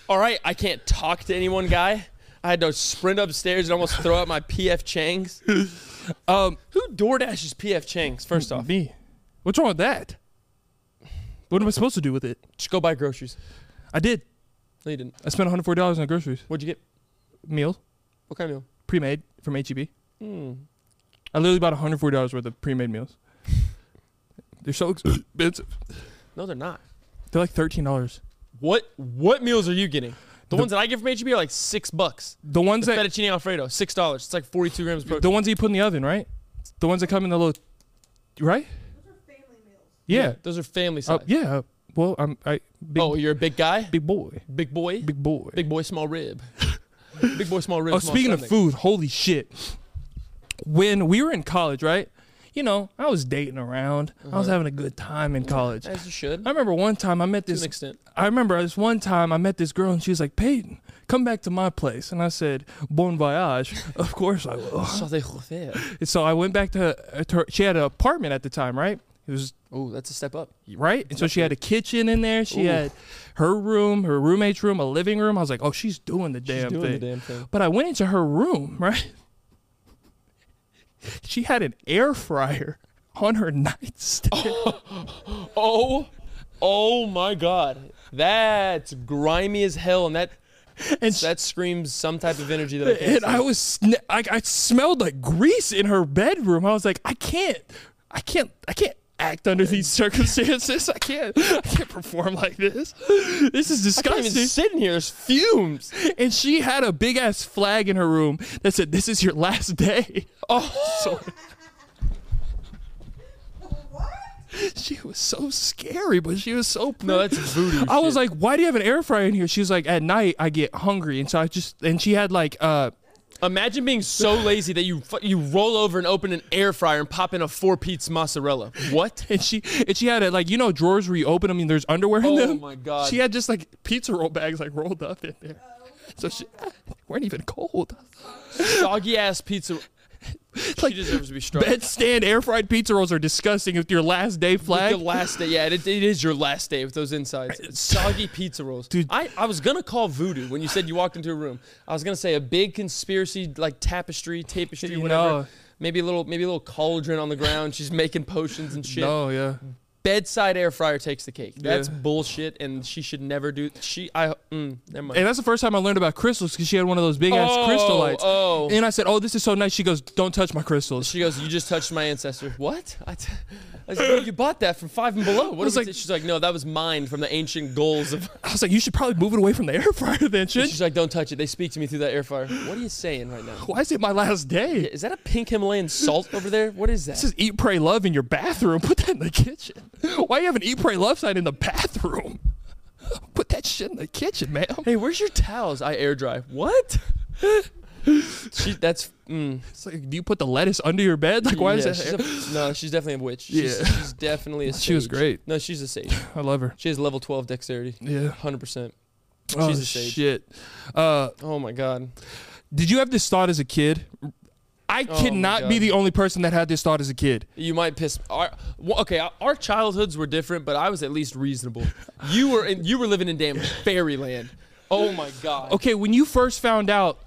Speaker 2: All right, I can't talk to anyone, guy. I had to sprint upstairs and almost throw out my PF Chang's.
Speaker 1: Um,
Speaker 2: Who DoorDashes PF Chang's, first off?
Speaker 1: me. What's wrong with that? What am I supposed to do with it?
Speaker 2: Just go buy groceries.
Speaker 1: I did.
Speaker 2: No, you didn't.
Speaker 1: I spent 140 dollars on groceries,
Speaker 2: What'd you get?
Speaker 1: meals,
Speaker 2: What kind of meal?
Speaker 1: pre-made from HEB.
Speaker 2: Hmm.
Speaker 1: I literally bought 140 dollars worth of pre-made meals. They're so expensive.
Speaker 2: No, they're not.
Speaker 1: They're like 13 dollars.
Speaker 2: What what meals are you getting? The, ones that I get from HEB are like six bucks.
Speaker 1: The ones that
Speaker 2: Fettuccine Alfredo, six dollars. It's like forty-two grams of protein.
Speaker 1: The ones that you put in the oven, right? The ones that come in the little, right? Yeah.
Speaker 2: Those are family
Speaker 1: Uh,
Speaker 2: size.
Speaker 1: yeah. uh, Well, I'm I big,
Speaker 2: Oh, you're a big guy,
Speaker 1: big boy,
Speaker 2: big boy,
Speaker 1: big boy.
Speaker 2: big boy, small rib, big boy, small rib.
Speaker 1: oh,
Speaker 2: small
Speaker 1: speaking of
Speaker 2: stomach.
Speaker 1: food, holy shit! When we were in college, right? You know, I was dating around. I
Speaker 2: Uh-huh.
Speaker 1: was having a good time in college.
Speaker 2: as you should,
Speaker 1: I remember one time I met
Speaker 2: to
Speaker 1: this.
Speaker 2: an extent.
Speaker 1: I remember this one time I met this girl and she was like, "Peyton, come back to my place," and I said, "Bon voyage." of course I will. And so I went back to, uh, to her. She had an apartment at the time, right? It was
Speaker 2: Oh, that's a step up.
Speaker 1: right? And so she had a kitchen in there. She had her room, her roommate's room, a living room. I was like, oh, she's doing the damn
Speaker 2: doing the
Speaker 1: thing.
Speaker 2: damn thing.
Speaker 1: But I went into her room, right? she had an air fryer on her nightstand.
Speaker 2: Oh, oh my God, that's grimy as hell, and that
Speaker 1: and she-
Speaker 2: that screams some type of energy that I can't.
Speaker 1: and I was sn- I, I smelled like grease in her bedroom. I was like, I can't, I can't, I can't act under these circumstances. I can't. I can't perform like this. This is
Speaker 2: I can't
Speaker 1: disgusting.
Speaker 2: even sit in here. There's fumes.
Speaker 1: and she had a big ass flag in her room that said, "This is your last day." Oh, so, she was so scary, but she was so pretty.
Speaker 2: No, that's voodoo.
Speaker 1: I was
Speaker 2: shit.
Speaker 1: like, "Why do you have an air fryer in here?" She was like, "At night, I get hungry, and so I just." And she had like, uh,
Speaker 2: imagine being so lazy that you fu- you roll over and open an air fryer and pop in a four piece mozzarella. What?
Speaker 1: and she and she had it like you know drawers where you open them and there's underwear in
Speaker 2: Oh
Speaker 1: them.
Speaker 2: my God.
Speaker 1: She had just like pizza roll bags like rolled up in there, so she weren't even cold.
Speaker 2: Doggy ass pizza.
Speaker 1: like
Speaker 2: She deserves to be struck.
Speaker 1: bed stand air fried pizza rolls are disgusting with your last day flag.
Speaker 2: The last day, yeah, it, it is your last day with those insides. Soggy pizza rolls.
Speaker 1: Dude.
Speaker 2: I, I was gonna call voodoo when you said you walked into a room. I was gonna say a big conspiracy, like tapestry, tapestry,
Speaker 1: You
Speaker 2: whatever.
Speaker 1: know.
Speaker 2: Maybe a little, maybe a little cauldron on the ground. She's making potions and shit.
Speaker 1: No, yeah.
Speaker 2: Bedside air fryer takes the cake. That's
Speaker 1: Yeah.
Speaker 2: bullshit, and she should never do. She, I, mm, never mind.
Speaker 1: And that's the first time I learned about crystals because she had one of those big ass crystal
Speaker 2: Oh,
Speaker 1: lights.
Speaker 2: oh.
Speaker 1: And I said, "Oh, this is so nice." She goes, "Don't touch my crystals."
Speaker 2: she goes, "You just touched my ancestor." What? I, t- I said, "Bro, you bought that from Five and Below." What
Speaker 1: was
Speaker 2: is
Speaker 1: like-
Speaker 2: like? She's like, "No, that was mine from the ancient Gauls of."
Speaker 1: I was like, "You should probably move it away from the air fryer then." Shit.
Speaker 2: She's like, "Don't touch it." They speak to me through that air fryer. What are you saying right now?
Speaker 1: Why is it my last day?
Speaker 2: Is that a pink Himalayan salt over there? What is that?
Speaker 1: This is eat, pray, love in your bathroom. Put that in the kitchen. Why you have an eat, pray, love sign in the bathroom? Put that shit in the kitchen, man.
Speaker 2: hey, where's your towels? I air dry. What? she, that's. Mm,
Speaker 1: It's like, do you put the lettuce under your bed? Like, why
Speaker 2: yeah,
Speaker 1: is
Speaker 2: she's
Speaker 1: that?
Speaker 2: a- no, she's definitely a witch. She's,
Speaker 1: Yeah.
Speaker 2: she's definitely a. Sage.
Speaker 1: She was great.
Speaker 2: No, she's a sage.
Speaker 1: I love her.
Speaker 2: She has level twelve dexterity.
Speaker 1: Yeah.
Speaker 2: hundred percent.
Speaker 1: Oh
Speaker 2: She's a sage.
Speaker 1: shit. Uh,
Speaker 2: Oh my god.
Speaker 1: did you have this thought as a kid? I
Speaker 2: Oh my
Speaker 1: cannot be
Speaker 2: God.
Speaker 1: the only person that had this thought as a kid.
Speaker 2: You might piss. Our, well, okay, our- our childhoods were different, but I was at least reasonable. You were in, you were living in damn fairyland. Oh my god.
Speaker 1: okay, when you first found out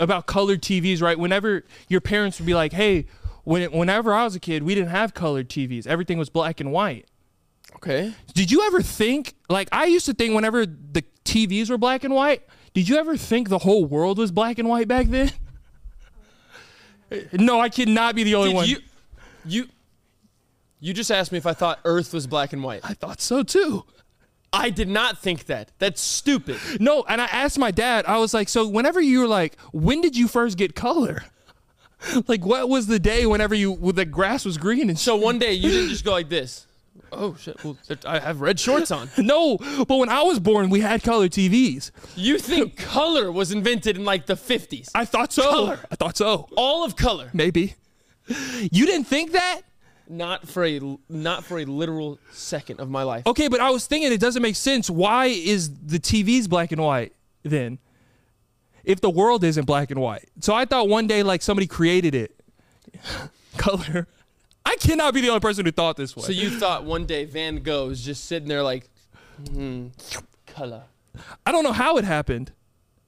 Speaker 1: about colored TVs, right? Whenever your parents would be like, "Hey, when, whenever I was a kid, we didn't have colored TVs. Everything was black and white."
Speaker 2: Okay.
Speaker 1: Did you ever think like I used to think whenever the TVs were black and white? Did you ever think the whole world was black and white back then? No, I cannot be the only
Speaker 2: Did
Speaker 1: one.
Speaker 2: you, you, you just asked me if I thought Earth was black and white.
Speaker 1: I thought so too.
Speaker 2: I did not think that. That's stupid.
Speaker 1: No, and I asked my dad, I was like, so whenever you were like, when did you first get color? Like, what was the day whenever you, when the grass was green and so?
Speaker 2: So one day you didn't just go like this. Oh shit! Well, there- I have red shorts on.
Speaker 1: No, but when I was born, we had color TVs.
Speaker 2: You think color was invented in like the fifties?
Speaker 1: I thought so.
Speaker 2: Color.
Speaker 1: I thought so.
Speaker 2: All of color,
Speaker 1: Maybe. You didn't think that?
Speaker 2: not for a not for a literal second of my life.
Speaker 1: Okay, but I was thinking it doesn't make sense. Why is the TVs black and white then? If the world isn't black and white. So I thought one day like somebody created it. color. I cannot be the only person who thought this way.
Speaker 2: So you thought one day Van Gogh is just sitting there like, hmm, color.
Speaker 1: I don't know how it happened.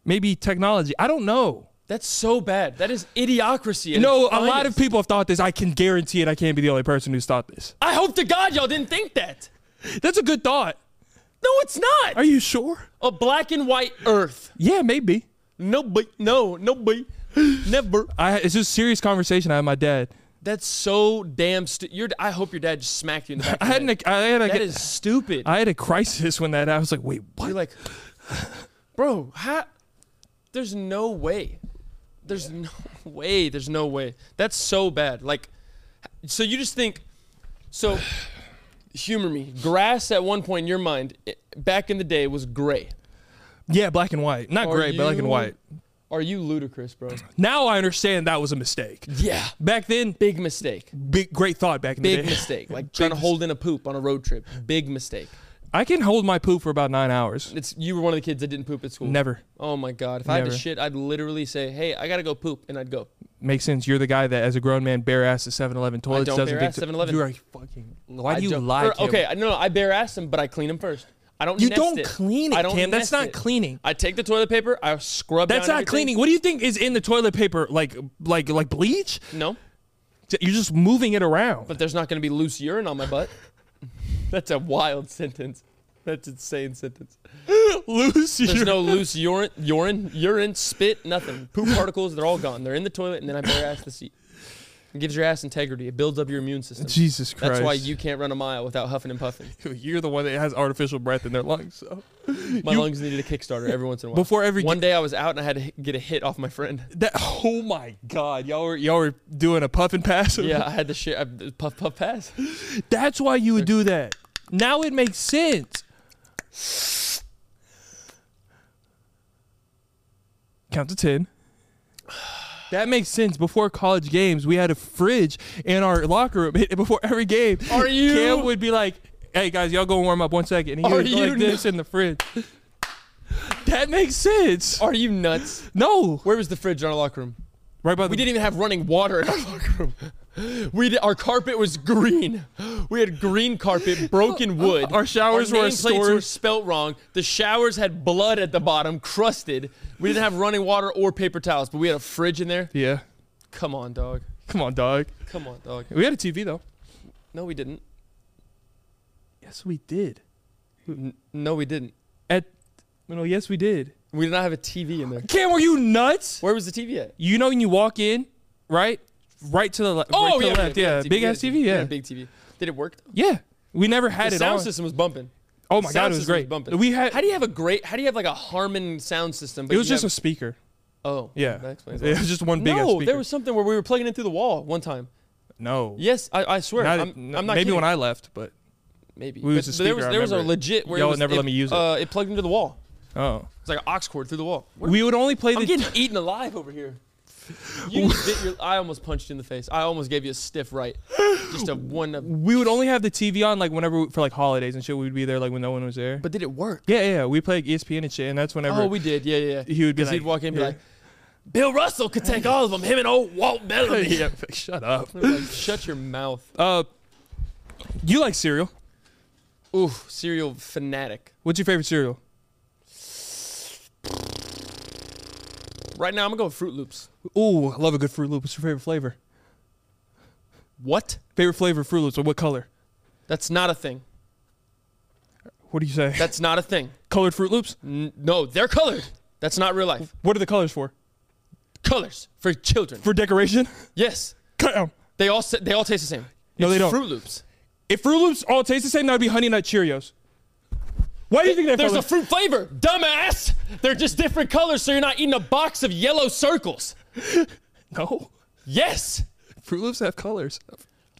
Speaker 1: Maybe technology. I don't know.
Speaker 2: That's so bad. That is idiocracy. at
Speaker 1: No,
Speaker 2: its
Speaker 1: a lot of
Speaker 2: finest.
Speaker 1: people have thought this. I can guarantee it. I can't be the only person who's thought this.
Speaker 2: I hope to God y'all didn't think that.
Speaker 1: That's a good thought.
Speaker 2: No, it's not.
Speaker 1: Are you sure?
Speaker 2: a black and white Earth.
Speaker 1: Yeah, maybe.
Speaker 2: No, but no, no, but never.
Speaker 1: I it's just a serious conversation I had with my dad.
Speaker 2: That's so damn. Stu- your, I hope your dad just smacked you in the back.
Speaker 1: I had an I had
Speaker 2: That
Speaker 1: a,
Speaker 2: is stupid.
Speaker 1: I had a crisis when that I was like, "Wait, what?"
Speaker 2: You're like, bro, how? There's no way. There's no way. There's no way. That's so bad. Like, so you just think, so humor me. Grass at one point in your mind, i- back in the day, was gray.
Speaker 1: Yeah, black and white. Not
Speaker 2: Are
Speaker 1: gray, black and
Speaker 2: you-
Speaker 1: white.
Speaker 2: Are you ludicrous, bro?
Speaker 1: Now I understand that was a mistake.
Speaker 2: Yeah.
Speaker 1: Back then,
Speaker 2: Big mistake.
Speaker 1: big great thought back in the
Speaker 2: Big
Speaker 1: day.
Speaker 2: mistake. Like trying to hold in a poop on a road trip. Big mistake.
Speaker 1: I can hold my poop for about 9 hours.
Speaker 2: It's you were one of the kids that didn't poop at school.
Speaker 1: Never.
Speaker 2: Oh my god. If I had
Speaker 1: Never.
Speaker 2: to shit, I'd literally say, "Hey, I gotta go poop," and I'd go.
Speaker 1: Makes sense. You're the guy that as a grown man bare ass at 7-Eleven toilets
Speaker 2: don't
Speaker 1: doesn't
Speaker 2: bare
Speaker 1: think
Speaker 2: ass
Speaker 1: to-
Speaker 2: 7-Eleven.
Speaker 1: You're a fucking Why
Speaker 2: I
Speaker 1: do you
Speaker 2: don't-
Speaker 1: lie?
Speaker 2: or-
Speaker 1: Cam?
Speaker 2: Okay, I- no, no, I bare ass them, but I clean them first. I don't.
Speaker 1: You
Speaker 2: nest
Speaker 1: don't
Speaker 2: it.
Speaker 1: clean it,
Speaker 2: I don't
Speaker 1: Cam. That's
Speaker 2: nest
Speaker 1: not
Speaker 2: it.
Speaker 1: cleaning.
Speaker 2: I take the toilet paper. I scrub.
Speaker 1: That's not
Speaker 2: down everything.
Speaker 1: cleaning. What do you think is in the toilet paper like like like bleach?
Speaker 2: No,
Speaker 1: You're just moving it around.
Speaker 2: but there's not going to be loose urine on my butt. That's a wild sentence. That's insane sentence.
Speaker 1: Loose
Speaker 2: There's
Speaker 1: urine.
Speaker 2: no loose urine, urine, urine, spit, nothing. Poop particles. They're all gone. They're in the toilet, and then I bare ass the seat. It gives your ass integrity. It builds up your immune system.
Speaker 1: Jesus Christ.
Speaker 2: That's why you can't run a mile without huffing and puffing.
Speaker 1: You're the one that has artificial breath in their lungs. So.
Speaker 2: My
Speaker 1: You-
Speaker 2: lungs needed a Kickstarter every once in a while.
Speaker 1: Before every
Speaker 2: one day, I was out and I had to h- get a hit off my friend.
Speaker 1: That oh my god, y'all were y'all were doing a puff and pass.
Speaker 2: Yeah, I had to shit. I- Puff, puff, pass.
Speaker 1: That's why you would do that. Now it makes sense. Count to 10. That makes sense. Before college games, we had a fridge in our locker room. Before every game,
Speaker 2: Are you-
Speaker 1: Cam would be like, "Hey guys, y'all go warm up one second. And he
Speaker 2: Are
Speaker 1: would go
Speaker 2: you
Speaker 1: like this in the fridge. That makes sense.
Speaker 2: Are you nuts?
Speaker 1: No,
Speaker 2: Where was the fridge in our locker room?
Speaker 1: right by the
Speaker 2: We didn't even have running water in our locker room. We did, our carpet was green. We had green carpet, broken wood.
Speaker 1: Our showers
Speaker 2: Our
Speaker 1: were a
Speaker 2: nameplates
Speaker 1: story.
Speaker 2: were spelt wrong. The showers had blood at the bottom, crusted. We didn't have running water or paper towels, but we had a fridge in there.
Speaker 1: Yeah,
Speaker 2: Come on, dog.
Speaker 1: come on, dog.
Speaker 2: Come on, dog.
Speaker 1: We had a TV though.
Speaker 2: No, we didn't.
Speaker 1: Yes, we did.
Speaker 2: N- no, we didn't.
Speaker 1: At no, yes, we did.
Speaker 2: We did not have a TV in there.
Speaker 1: Cam, were you nuts?
Speaker 2: Where was the TV at?
Speaker 1: You know when you walk in, right, right to the left. right to
Speaker 2: we
Speaker 1: the
Speaker 2: had-
Speaker 1: left,
Speaker 2: we had
Speaker 1: Oh, yeah,
Speaker 2: a
Speaker 1: big ass
Speaker 2: we had a
Speaker 1: TV, yeah,
Speaker 2: big TV. Did it work? Though?
Speaker 1: yeah. We never had
Speaker 2: The
Speaker 1: it
Speaker 2: sound
Speaker 1: on.
Speaker 2: system was bumping.
Speaker 1: oh my god,
Speaker 2: Sound
Speaker 1: it was
Speaker 2: system
Speaker 1: great.
Speaker 2: bumping.
Speaker 1: we had.
Speaker 2: How do you have a great? How do you have like a Harman sound system? But
Speaker 1: it was
Speaker 2: you
Speaker 1: just a
Speaker 2: have,
Speaker 1: speaker.
Speaker 2: a oh
Speaker 1: Yeah,
Speaker 2: That explains a
Speaker 1: it
Speaker 2: lot.
Speaker 1: was just one big. ass
Speaker 2: no,
Speaker 1: speaker.
Speaker 2: there was something where we were plugging in through the wall one time.
Speaker 1: no.
Speaker 2: Yes, I, I swear.
Speaker 1: Not-
Speaker 2: I'm,
Speaker 1: no,
Speaker 2: I'm not
Speaker 1: maybe
Speaker 2: kidding.
Speaker 1: when I left, but
Speaker 2: maybe
Speaker 1: we was
Speaker 2: But
Speaker 1: a
Speaker 2: there
Speaker 1: speaker,
Speaker 2: was
Speaker 1: I
Speaker 2: there was a
Speaker 1: remember it.
Speaker 2: legit where it
Speaker 1: Y'all
Speaker 2: was-
Speaker 1: never let me use it.
Speaker 2: Uh, it plugged into the wall.
Speaker 1: oh,
Speaker 2: It's like an ox cord through the wall.
Speaker 1: we would only play
Speaker 2: I'm
Speaker 1: the.
Speaker 2: getting eaten alive over here. You just bit your, I almost punched you in the face. I almost gave you a stiff right. Just a one.
Speaker 1: we would only have the TV on like whenever we- for like holidays and shit. We'd be there like when no one was there.
Speaker 2: but did it work?
Speaker 1: yeah, yeah, yeah, we E played ESPN and shit, and that's whenever.
Speaker 2: Oh, we did. Yeah, yeah. yeah.
Speaker 1: He would be
Speaker 2: 'Cause
Speaker 1: like-
Speaker 2: he'd walk in and be
Speaker 1: yeah.
Speaker 2: like, Bill Russell could take all of them. Him and old Walt Bellamy.
Speaker 1: yeah, shut up.
Speaker 2: Like, shut your mouth.
Speaker 1: Uh, you like cereal?
Speaker 2: Ooh, cereal fanatic.
Speaker 1: What's your favorite cereal?
Speaker 2: Right now, I'm gonna go with Fruit Loops.
Speaker 1: Ooh, I love a good Fruit Loop. What's your favorite flavor?
Speaker 2: What?
Speaker 1: Favorite flavor of Fruit Loops? Or what color?
Speaker 2: That's not a thing.
Speaker 1: What do you say?
Speaker 2: That's not a thing.
Speaker 1: Colored Fruit Loops?
Speaker 2: N- no, they're colored. That's not real life.
Speaker 1: What are the colors for?
Speaker 2: Colors for children.
Speaker 1: For decoration?
Speaker 2: yes,
Speaker 1: Cut 'em.
Speaker 2: they all sa- they all taste the same.
Speaker 1: No,
Speaker 2: It's
Speaker 1: they don't.
Speaker 2: Fruit Loops.
Speaker 1: If Fruit Loops all taste the same, that would be Honey Nut Cheerios. Why do you think they're
Speaker 2: There's
Speaker 1: colored?
Speaker 2: a fruit flavor, dumbass. They're just different colors, so you're not eating a box of yellow circles.
Speaker 1: no.
Speaker 2: Yes.
Speaker 1: Fruit Loops have colors.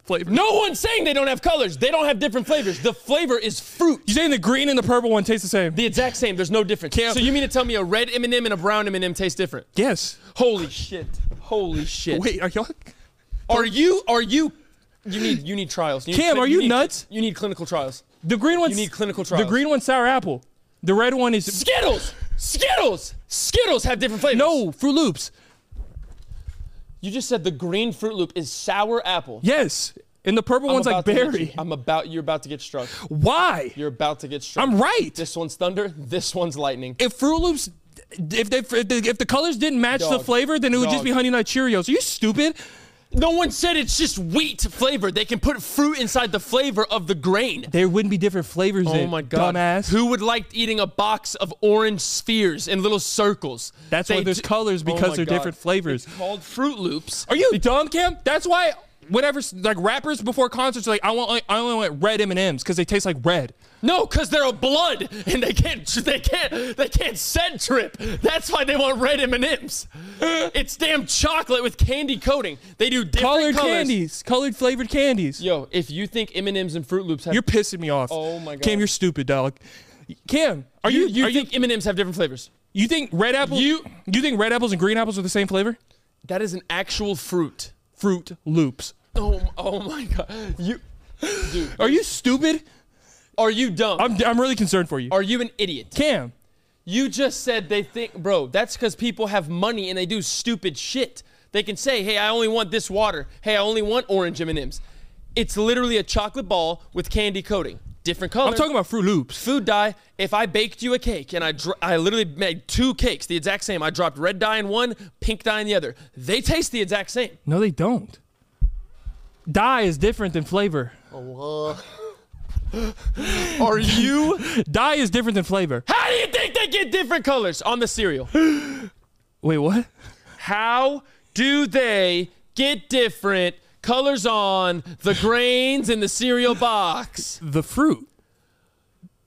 Speaker 1: Flavor.
Speaker 2: No one's saying they don't have colors. They don't have different flavors. The flavor is fruit.
Speaker 1: You're saying the green and the purple one taste the same?
Speaker 2: The exact same. There's no difference.
Speaker 1: Cam-
Speaker 2: So you mean to tell me a red M&M and a brown M&M taste different?
Speaker 1: yes.
Speaker 2: Holy shit! Holy shit!
Speaker 1: Wait, are y'all.
Speaker 2: are you are you? You need you need trials. You need
Speaker 1: Cam,
Speaker 2: cli-
Speaker 1: are you
Speaker 2: need-
Speaker 1: nuts?
Speaker 2: You need clinical trials.
Speaker 1: The green one's.
Speaker 2: need clinical
Speaker 1: The
Speaker 2: trials.
Speaker 1: green one's sour apple. The red one is.
Speaker 2: Skittles, Skittles, Skittles have different flavors.
Speaker 1: No, Fruit Loops.
Speaker 2: you just said the green Fruit Loop is sour apple.
Speaker 1: Yes. And the purple one's like
Speaker 2: about to get
Speaker 1: berry.
Speaker 2: you- I'm about you're about to get struck.
Speaker 1: Why?
Speaker 2: You're about to get struck.
Speaker 1: I'm right.
Speaker 2: This one's thunder. This one's lightning.
Speaker 1: if Fruit Loops, if they, if the, if the colors didn't match the
Speaker 2: Dog.
Speaker 1: flavor, then it would just
Speaker 2: Dog.
Speaker 1: be Honey Nut Cheerios. Are you stupid?
Speaker 2: No one said it's just wheat flavor. They can put fruit inside the flavor of the grain.
Speaker 1: There wouldn't be different flavors.
Speaker 2: Oh
Speaker 1: then,
Speaker 2: my god.
Speaker 1: dumbass.
Speaker 2: Who would like eating a box of orange spheres in little circles?
Speaker 1: That's why
Speaker 2: They
Speaker 1: there's
Speaker 2: ju-
Speaker 1: colors,
Speaker 2: Oh
Speaker 1: because
Speaker 2: my
Speaker 1: they're different flavors.
Speaker 2: It's called Fruit Loops.
Speaker 1: Are you dumb, Cam? That's why whenever like rappers before concerts are like, I want I only want red M and M's because they taste like red.
Speaker 2: No, because they're a blood and they can't they can't they can't scent trip. That's why they want red M&Ms. it's damn chocolate with candy coating. They do different
Speaker 1: Colored
Speaker 2: colors.
Speaker 1: candies, colored flavored candies.
Speaker 2: Yo, if you think M&Ms and Fruit Loops have
Speaker 1: You're pissing me off.
Speaker 2: Oh my God.
Speaker 1: Cam, you're stupid, dog. Cam, are
Speaker 2: you,
Speaker 1: you
Speaker 2: you
Speaker 1: are you
Speaker 2: think M&Ms have different flavors?
Speaker 1: you think red apples
Speaker 2: You-
Speaker 1: you think red apples and green apples are the same flavor?
Speaker 2: That is an actual fruit.
Speaker 1: Fruit Loops.
Speaker 2: Oh, oh my god. You dude,
Speaker 1: Are you stupid?
Speaker 2: are you dumb?
Speaker 1: I'm I'm really concerned for you.
Speaker 2: Are you an idiot?
Speaker 1: Cam,
Speaker 2: You just said they think, bro, that's because people have money and they do stupid shit. They can say, hey, I only want this water. Hey, I only want orange M&Ms. It's literally a chocolate ball with candy coating. Different color.
Speaker 1: I'm talking about Fruit Loops.
Speaker 2: food dye. If I baked you a cake and I, dro- I literally made two cakes, the exact same. I dropped red dye in one, pink dye in the other. They taste the exact same.
Speaker 1: No, they don't. Dye is different than flavor.
Speaker 2: Oh, uh. Are you?
Speaker 1: Dye is different than flavor.
Speaker 2: How do you think they get different colors on the cereal?
Speaker 1: Wait, what?
Speaker 2: How do they get different colors on the grains in the cereal box.
Speaker 1: The fruit.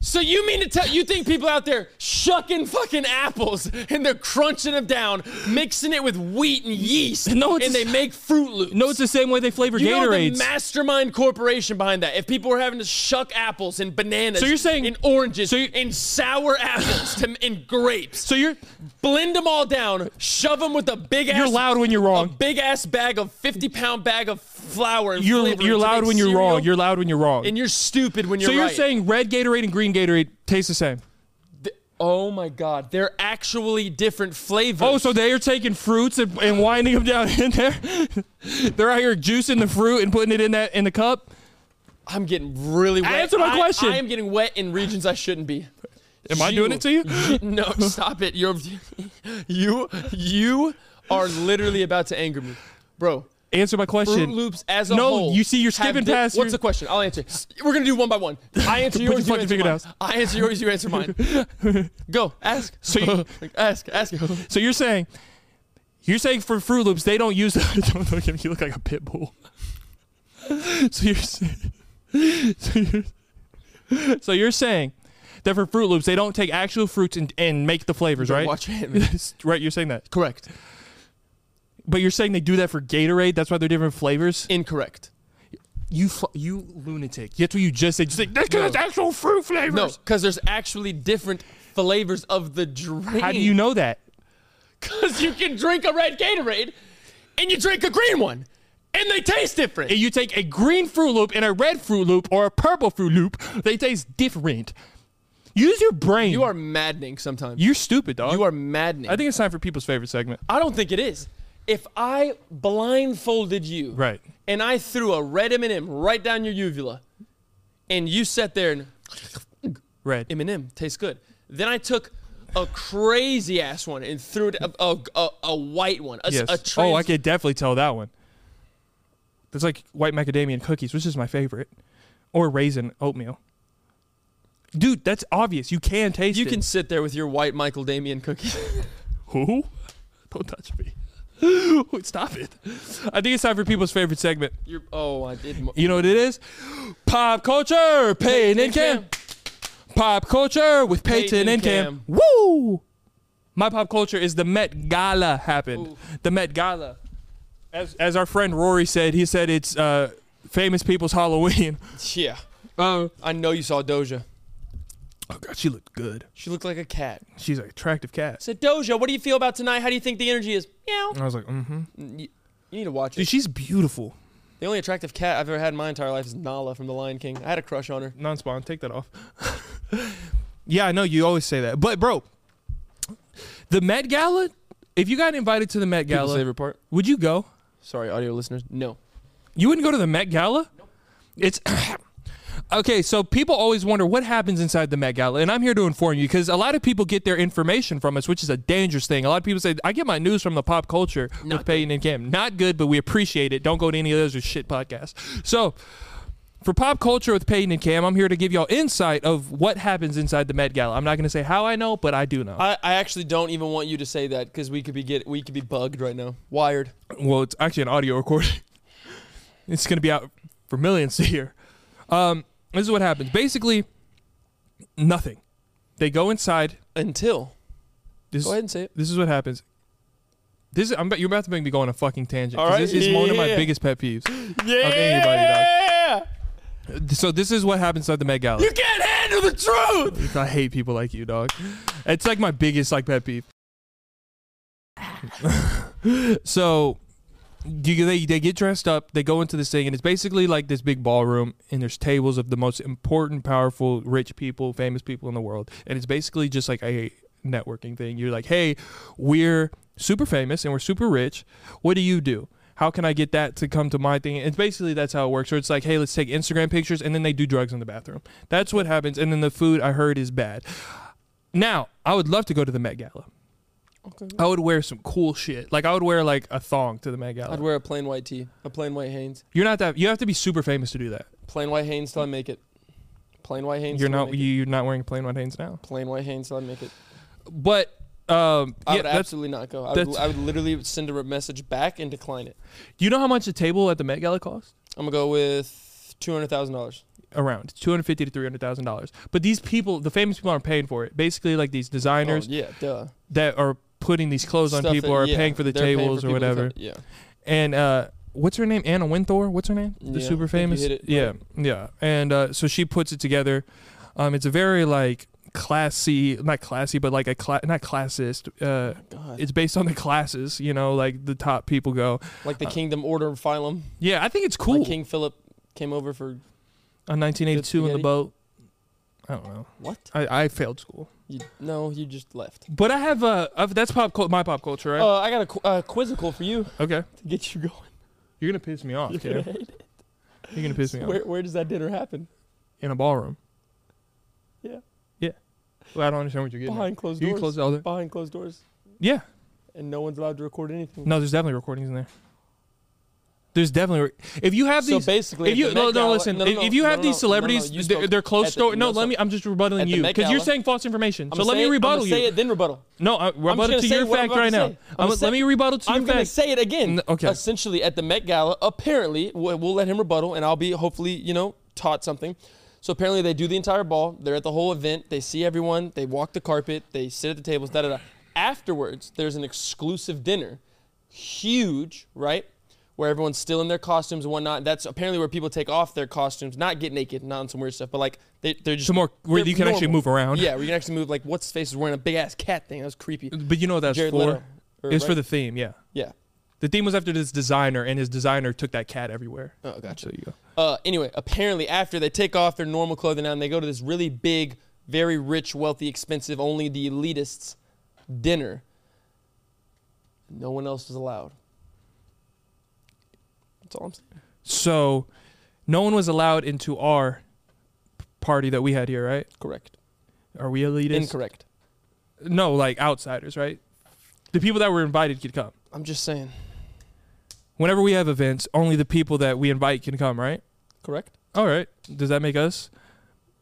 Speaker 2: So you mean to tell you think people out there shucking fucking apples and they're crunching them down, mixing it with wheat and yeast,
Speaker 1: No, it's-
Speaker 2: and they make Fruit Loops?
Speaker 1: No, it's the same way they flavor
Speaker 2: you know the
Speaker 1: Gatorades.
Speaker 2: mastermind corporation behind that. If people were having to shuck apples and bananas,
Speaker 1: So you're saying-
Speaker 2: and oranges,
Speaker 1: so you-
Speaker 2: and sour apples, to, and grapes,
Speaker 1: so you're
Speaker 2: blend them all down, shove them with a big ass.
Speaker 1: You're loud when you're wrong.
Speaker 2: A big ass bag of fifty pound bag of flour. And
Speaker 1: you're
Speaker 2: flavor
Speaker 1: you're
Speaker 2: to
Speaker 1: loud
Speaker 2: make
Speaker 1: when you're
Speaker 2: cereal,
Speaker 1: wrong. You're loud when you're wrong.
Speaker 2: and you're stupid when you're.
Speaker 1: so you're
Speaker 2: right.
Speaker 1: saying red Gatorade and green Gatorade taste the same?
Speaker 2: Oh my God, they're actually different flavors.
Speaker 1: Oh, so they are taking fruits and, and winding them down in there. They're out here juicing the fruit and putting it in that in the cup.
Speaker 2: I'm getting really wet.
Speaker 1: Answer my
Speaker 2: I-
Speaker 1: question.
Speaker 2: I am getting wet in regions I shouldn't be.
Speaker 1: Am I doing it to you?
Speaker 2: No, stop it. You're you you are literally about to anger me, bro.
Speaker 1: Answer my question.
Speaker 2: Fruit Loops as a
Speaker 1: No,
Speaker 2: whole.
Speaker 1: you see, you're
Speaker 2: have
Speaker 1: skipping
Speaker 2: di-
Speaker 1: past
Speaker 2: What's
Speaker 1: your-
Speaker 2: the question? I'll answer. We're gonna do one by one. I answer
Speaker 1: Put
Speaker 2: yours.
Speaker 1: your
Speaker 2: you
Speaker 1: fucking
Speaker 2: answer
Speaker 1: fingernails.
Speaker 2: mine. I answer yours. You answer mine. Go ask.
Speaker 1: So you-
Speaker 2: Like, ask ask.
Speaker 1: So you're saying you're saying for Fruit Loops they don't use don't look at me, you look like a pit bull. so you're saying so you're, so you're saying that for Fruit Loops they don't take actual fruits and, and make the flavors, right?
Speaker 2: watch your hand, man.
Speaker 1: right, you're saying that.
Speaker 2: Correct.
Speaker 1: But you're saying they do that for Gatorade, that's why they're different flavors?
Speaker 2: Incorrect.
Speaker 1: You fu- you lunatic. That's what you just said. You said that's 'cause it's actual fruit flavors.
Speaker 2: No, because there's actually different flavors of the drink.
Speaker 1: How do you know that?
Speaker 2: Because you can drink a red Gatorade, and you drink a green one, and they taste different.
Speaker 1: And you take a green Fruit Loop and a red Fruit Loop or a purple Fruit Loop, they taste different. Use your brain.
Speaker 2: You are maddening sometimes.
Speaker 1: you're stupid, dog.
Speaker 2: You are maddening.
Speaker 1: I think it's time for people's favorite segment.
Speaker 2: I don't think it is. If I blindfolded you,
Speaker 1: Right.
Speaker 2: and I threw a red M&M right down your uvula, and you sat there and
Speaker 1: Red.
Speaker 2: M&M tastes good. Then I took a crazy ass one and threw it a, a, a, a white one. A, s-
Speaker 1: yes. oh,
Speaker 2: a
Speaker 1: I
Speaker 2: trans-
Speaker 1: could definitely tell that one. That's like white macadamia and cookies, which is my favorite, or raisin oatmeal. Dude, that's obvious. You can taste
Speaker 2: You
Speaker 1: it.
Speaker 2: can sit there with your white Michael Damian cookie.
Speaker 1: Who? Don't touch me. Wait, Stop it. I think it's time for people's favorite segment.
Speaker 2: You're, oh, I did. mo-
Speaker 1: You know what it is? Pop culture, Peyton and Cam. Pop culture with Peyton, and
Speaker 2: Peyton and
Speaker 1: Cam. Woo! My pop culture is the Met Gala happened. The Met Gala. As, as our friend Rory said, he said it's uh, famous people's Halloween.
Speaker 2: Yeah.
Speaker 1: Uh,
Speaker 2: I know you saw Doja.
Speaker 1: oh, God, she looked good.
Speaker 2: She looked like a cat. I
Speaker 1: She's an attractive cat.
Speaker 2: said, Doja, what do you feel about tonight? How do you think the energy is? Meow.
Speaker 1: And I was like, mm-hmm.
Speaker 2: You, you need to watch it.
Speaker 1: Dude, she's beautiful.
Speaker 2: The only attractive cat I've ever had in my entire life is Nala from The Lion King. I had a crush on her.
Speaker 1: non-spawn. Take that off. yeah, I know you always say that, but bro, the Met Gala. If you got invited to the Met
Speaker 2: People's
Speaker 1: Gala,
Speaker 2: favorite part?
Speaker 1: would you go?
Speaker 2: Sorry, audio listeners. No.
Speaker 1: You wouldn't go to the Met Gala. It's okay. So people always wonder what happens inside the Met Gala, and I'm here to inform you because a lot of people get their information from us, which is a dangerous thing. A lot of people say I get my news from the pop culture with Peyton and Kim. Not good, but we appreciate it. Don't go to any of those shit podcasts. So. For pop culture with Peyton and Cam, I'm here to give y'all insight of what happens inside the Met Gala. I'm not going to say how I know, but I do know.
Speaker 2: I, I actually don't even want you to say that because we could be get we could be bugged right now. Wired.
Speaker 1: well, it's actually an audio recording. it's going to be out for millions to hear. Um, this is what happens. Basically, nothing. They go inside.
Speaker 2: Until.
Speaker 1: This,
Speaker 2: Go ahead and say it.
Speaker 1: this is what happens. This is, I'm about, you're about to make me go on a fucking tangent.
Speaker 2: All
Speaker 1: 'cause
Speaker 2: right.
Speaker 1: This is one of my
Speaker 2: Yeah.
Speaker 1: biggest pet peeves.
Speaker 2: Yeah.
Speaker 1: anybody, So this is what happens at the Met Gala.
Speaker 2: You can't handle the truth.
Speaker 1: I hate people like you, dog. It's like my biggest like pet peeve. so you, they they get dressed up, they go into this thing, and it's basically like this big ballroom, and there's tables of the most important, powerful, rich people, famous people in the world, and it's basically just like a networking thing. You're like, hey, we're super famous and we're super rich. What do you do? How can I get that to come to my thing? It's basically that's how it works. Or it's like, hey, let's take Instagram pictures, and then they do drugs in the bathroom. That's what happens. And then the food I heard is bad. Now, I would love to go to the Met Gala.
Speaker 2: Uh,
Speaker 1: I would wear some cool shit. Like I would wear like a thong to the Met Gala.
Speaker 2: I'd wear a plain white tee, a plain white Hanes,
Speaker 1: You're not that. You have to be super famous to do that.
Speaker 2: plain white Hanes till I make it. Plain white Hanes.
Speaker 1: You're
Speaker 2: till I
Speaker 1: not.
Speaker 2: make it.
Speaker 1: You, you're not wearing plain white Hanes now.
Speaker 2: Plain white Hanes till I make it.
Speaker 1: But Um,
Speaker 2: I
Speaker 1: yeah,
Speaker 2: would
Speaker 1: that's,
Speaker 2: absolutely not go. I would,
Speaker 1: that's-
Speaker 2: I would literally send a message back and decline it.
Speaker 1: you know how much a table at the Met Gala costs?
Speaker 2: I'm gonna go with two hundred thousand dollars.
Speaker 1: Around two hundred fifty to three hundred thousand dollars. But these people, the famous people, aren't paying for it. Basically, like these
Speaker 2: Oh,
Speaker 1: designers
Speaker 2: yeah, duh.
Speaker 1: that are putting these clothes on
Speaker 2: Stuff
Speaker 1: people
Speaker 2: that-
Speaker 1: or
Speaker 2: yeah,
Speaker 1: paying for the
Speaker 2: they're paying for
Speaker 1: tables or
Speaker 2: people to
Speaker 1: whatever.
Speaker 2: come- yeah.
Speaker 1: and uh what's her name anna winthor what's her name
Speaker 2: Yeah,
Speaker 1: the
Speaker 2: I think
Speaker 1: super
Speaker 2: you
Speaker 1: famous
Speaker 2: hit it
Speaker 1: yeah
Speaker 2: right.
Speaker 1: yeah and uh so she puts it together um it's a very like classy not classy but like a cla- not classist uh it's based on the classes you know like the top people go
Speaker 2: Like
Speaker 1: Uh,
Speaker 2: the Kingdom Order of Phylum.
Speaker 1: yeah i think it's cool
Speaker 2: Like King Philip came over for
Speaker 1: on 1982 in the
Speaker 2: spaghetti.
Speaker 1: boat i don't know
Speaker 2: what?
Speaker 1: i i failed school
Speaker 2: You, no, you just left.
Speaker 1: but i have uh I've, that's pop cul- my pop culture right
Speaker 2: Uh, I got a qu- uh, quizzical for you
Speaker 1: okay
Speaker 2: to get you going.
Speaker 1: you're gonna piss me off
Speaker 2: You're
Speaker 1: Cam.
Speaker 2: gonna hate it.
Speaker 1: you're gonna piss me off
Speaker 2: Where, where does that dinner happen?
Speaker 1: in a ballroom
Speaker 2: Yeah,
Speaker 1: well, i don't understand what you're getting at.
Speaker 2: behind closed
Speaker 1: you
Speaker 2: doors.
Speaker 1: can close the other
Speaker 2: behind closed doors,
Speaker 1: yeah
Speaker 2: and no one's allowed to record anything.
Speaker 1: No, there's definitely recordings in there. There's definitely re- if you have
Speaker 2: So
Speaker 1: these.
Speaker 2: basically,
Speaker 1: if
Speaker 2: at
Speaker 1: you
Speaker 2: the
Speaker 1: no
Speaker 2: Met
Speaker 1: no
Speaker 2: Gala-
Speaker 1: listen
Speaker 2: no, no,
Speaker 1: if,
Speaker 2: no,
Speaker 1: if you
Speaker 2: no,
Speaker 1: have
Speaker 2: no,
Speaker 1: these
Speaker 2: no,
Speaker 1: celebrities
Speaker 2: no, you
Speaker 1: they're,
Speaker 2: spoke-
Speaker 1: they're
Speaker 2: at
Speaker 1: closed
Speaker 2: the-
Speaker 1: door no
Speaker 2: no,
Speaker 1: let
Speaker 2: so-
Speaker 1: me I'm just rebutting
Speaker 2: at the
Speaker 1: you
Speaker 2: Met
Speaker 1: because you're
Speaker 2: Gala-
Speaker 1: saying false information
Speaker 2: I'ma
Speaker 1: so let
Speaker 2: say
Speaker 1: me
Speaker 2: it,
Speaker 1: rebuttal
Speaker 2: I'ma
Speaker 1: you
Speaker 2: say it, then rebuttal.
Speaker 1: no I rebuttal
Speaker 2: gonna
Speaker 1: to
Speaker 2: say
Speaker 1: your
Speaker 2: what I'm
Speaker 1: fact
Speaker 2: about to
Speaker 1: right now
Speaker 2: say.
Speaker 1: I'm
Speaker 2: I'ma
Speaker 1: gonna-
Speaker 2: say-
Speaker 1: let me rebuttal to
Speaker 2: I'm
Speaker 1: your
Speaker 2: going to
Speaker 1: fact
Speaker 2: say it again.
Speaker 1: N- okay.
Speaker 2: Essentially, at the Met Gala, apparently, we'll, we'll let him rebuttal, and I'll be hopefully, you know, taught something. So apparently, they do the entire ball. They're at the whole event. They see everyone. They walk the carpet. They sit at the tables. Da da da. Afterwards, there's an exclusive dinner, huge, right? Where everyone's still in their costumes and whatnot. That's apparently where people take off their costumes, not get naked, not on some weird stuff, but like they, they're just
Speaker 1: Some more- where
Speaker 2: they're
Speaker 1: you can actually
Speaker 2: normal.
Speaker 1: move around.
Speaker 2: Yeah, where you can actually move. Like what's his face is wearing a big ass cat thing. That was creepy.
Speaker 1: but you know what that's
Speaker 2: Jared
Speaker 1: for
Speaker 2: Leto, or,
Speaker 1: it's for
Speaker 2: right?
Speaker 1: the theme yeah
Speaker 2: Yeah.
Speaker 1: the theme was after this designer and his designer took that cat everywhere
Speaker 2: Oh, gotcha.
Speaker 1: there you go
Speaker 2: Uh, anyway, apparently after they take off their normal clothing now and they go to this really big, very rich, wealthy, expensive, only the elitists dinner. No one else is allowed. That's all I'm saying.
Speaker 1: so no one was allowed into our party that we had here right
Speaker 2: Correct.
Speaker 1: are we elitist
Speaker 2: Incorrect.
Speaker 1: no like outsiders right the people that were invited could come.
Speaker 2: I'm just saying.
Speaker 1: whenever we have events, only the people that we invite can come, right?
Speaker 2: Correct.
Speaker 1: All right. Does that make us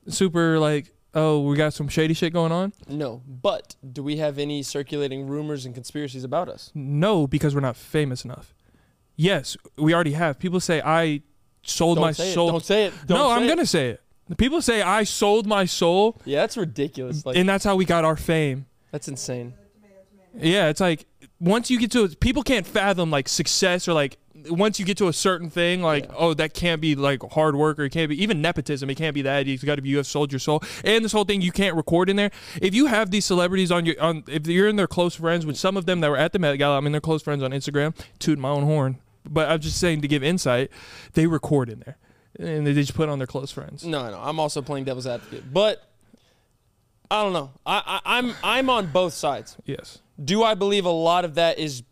Speaker 1: super like, oh, we got some shady shit going on?
Speaker 2: No. But do we have any circulating rumors and conspiracies about us?
Speaker 1: No, because we're not famous enough. Yes, we already have. People say I sold
Speaker 2: Don't
Speaker 1: my
Speaker 2: say it.
Speaker 1: soul.
Speaker 2: Don't say it. Don't
Speaker 1: no, I'm
Speaker 2: say it.
Speaker 1: gonna say it. The People say I sold my soul,
Speaker 2: Yeah, that's ridiculous. Like
Speaker 1: and that's how we got our fame.
Speaker 2: that's insane.
Speaker 1: Yeah, it's like once you get to people can't fathom like success or like once you get to a certain thing like oh that can't be like hard work or it can't be even nepotism it can't be that you got to be you have sold your soul and this whole thing you can't record in there if you have these celebrities on your on if you're in their close friends with some of them that were at the Met Gala I'm in their close friends on Instagram tooting my own horn but I'm just saying to give insight they record in there and they just put on their close friends
Speaker 2: No, no, I'm also playing devil's advocate, but I don't know. I, I, I'm I'm on both sides.
Speaker 1: yes
Speaker 2: Do I believe a lot of that is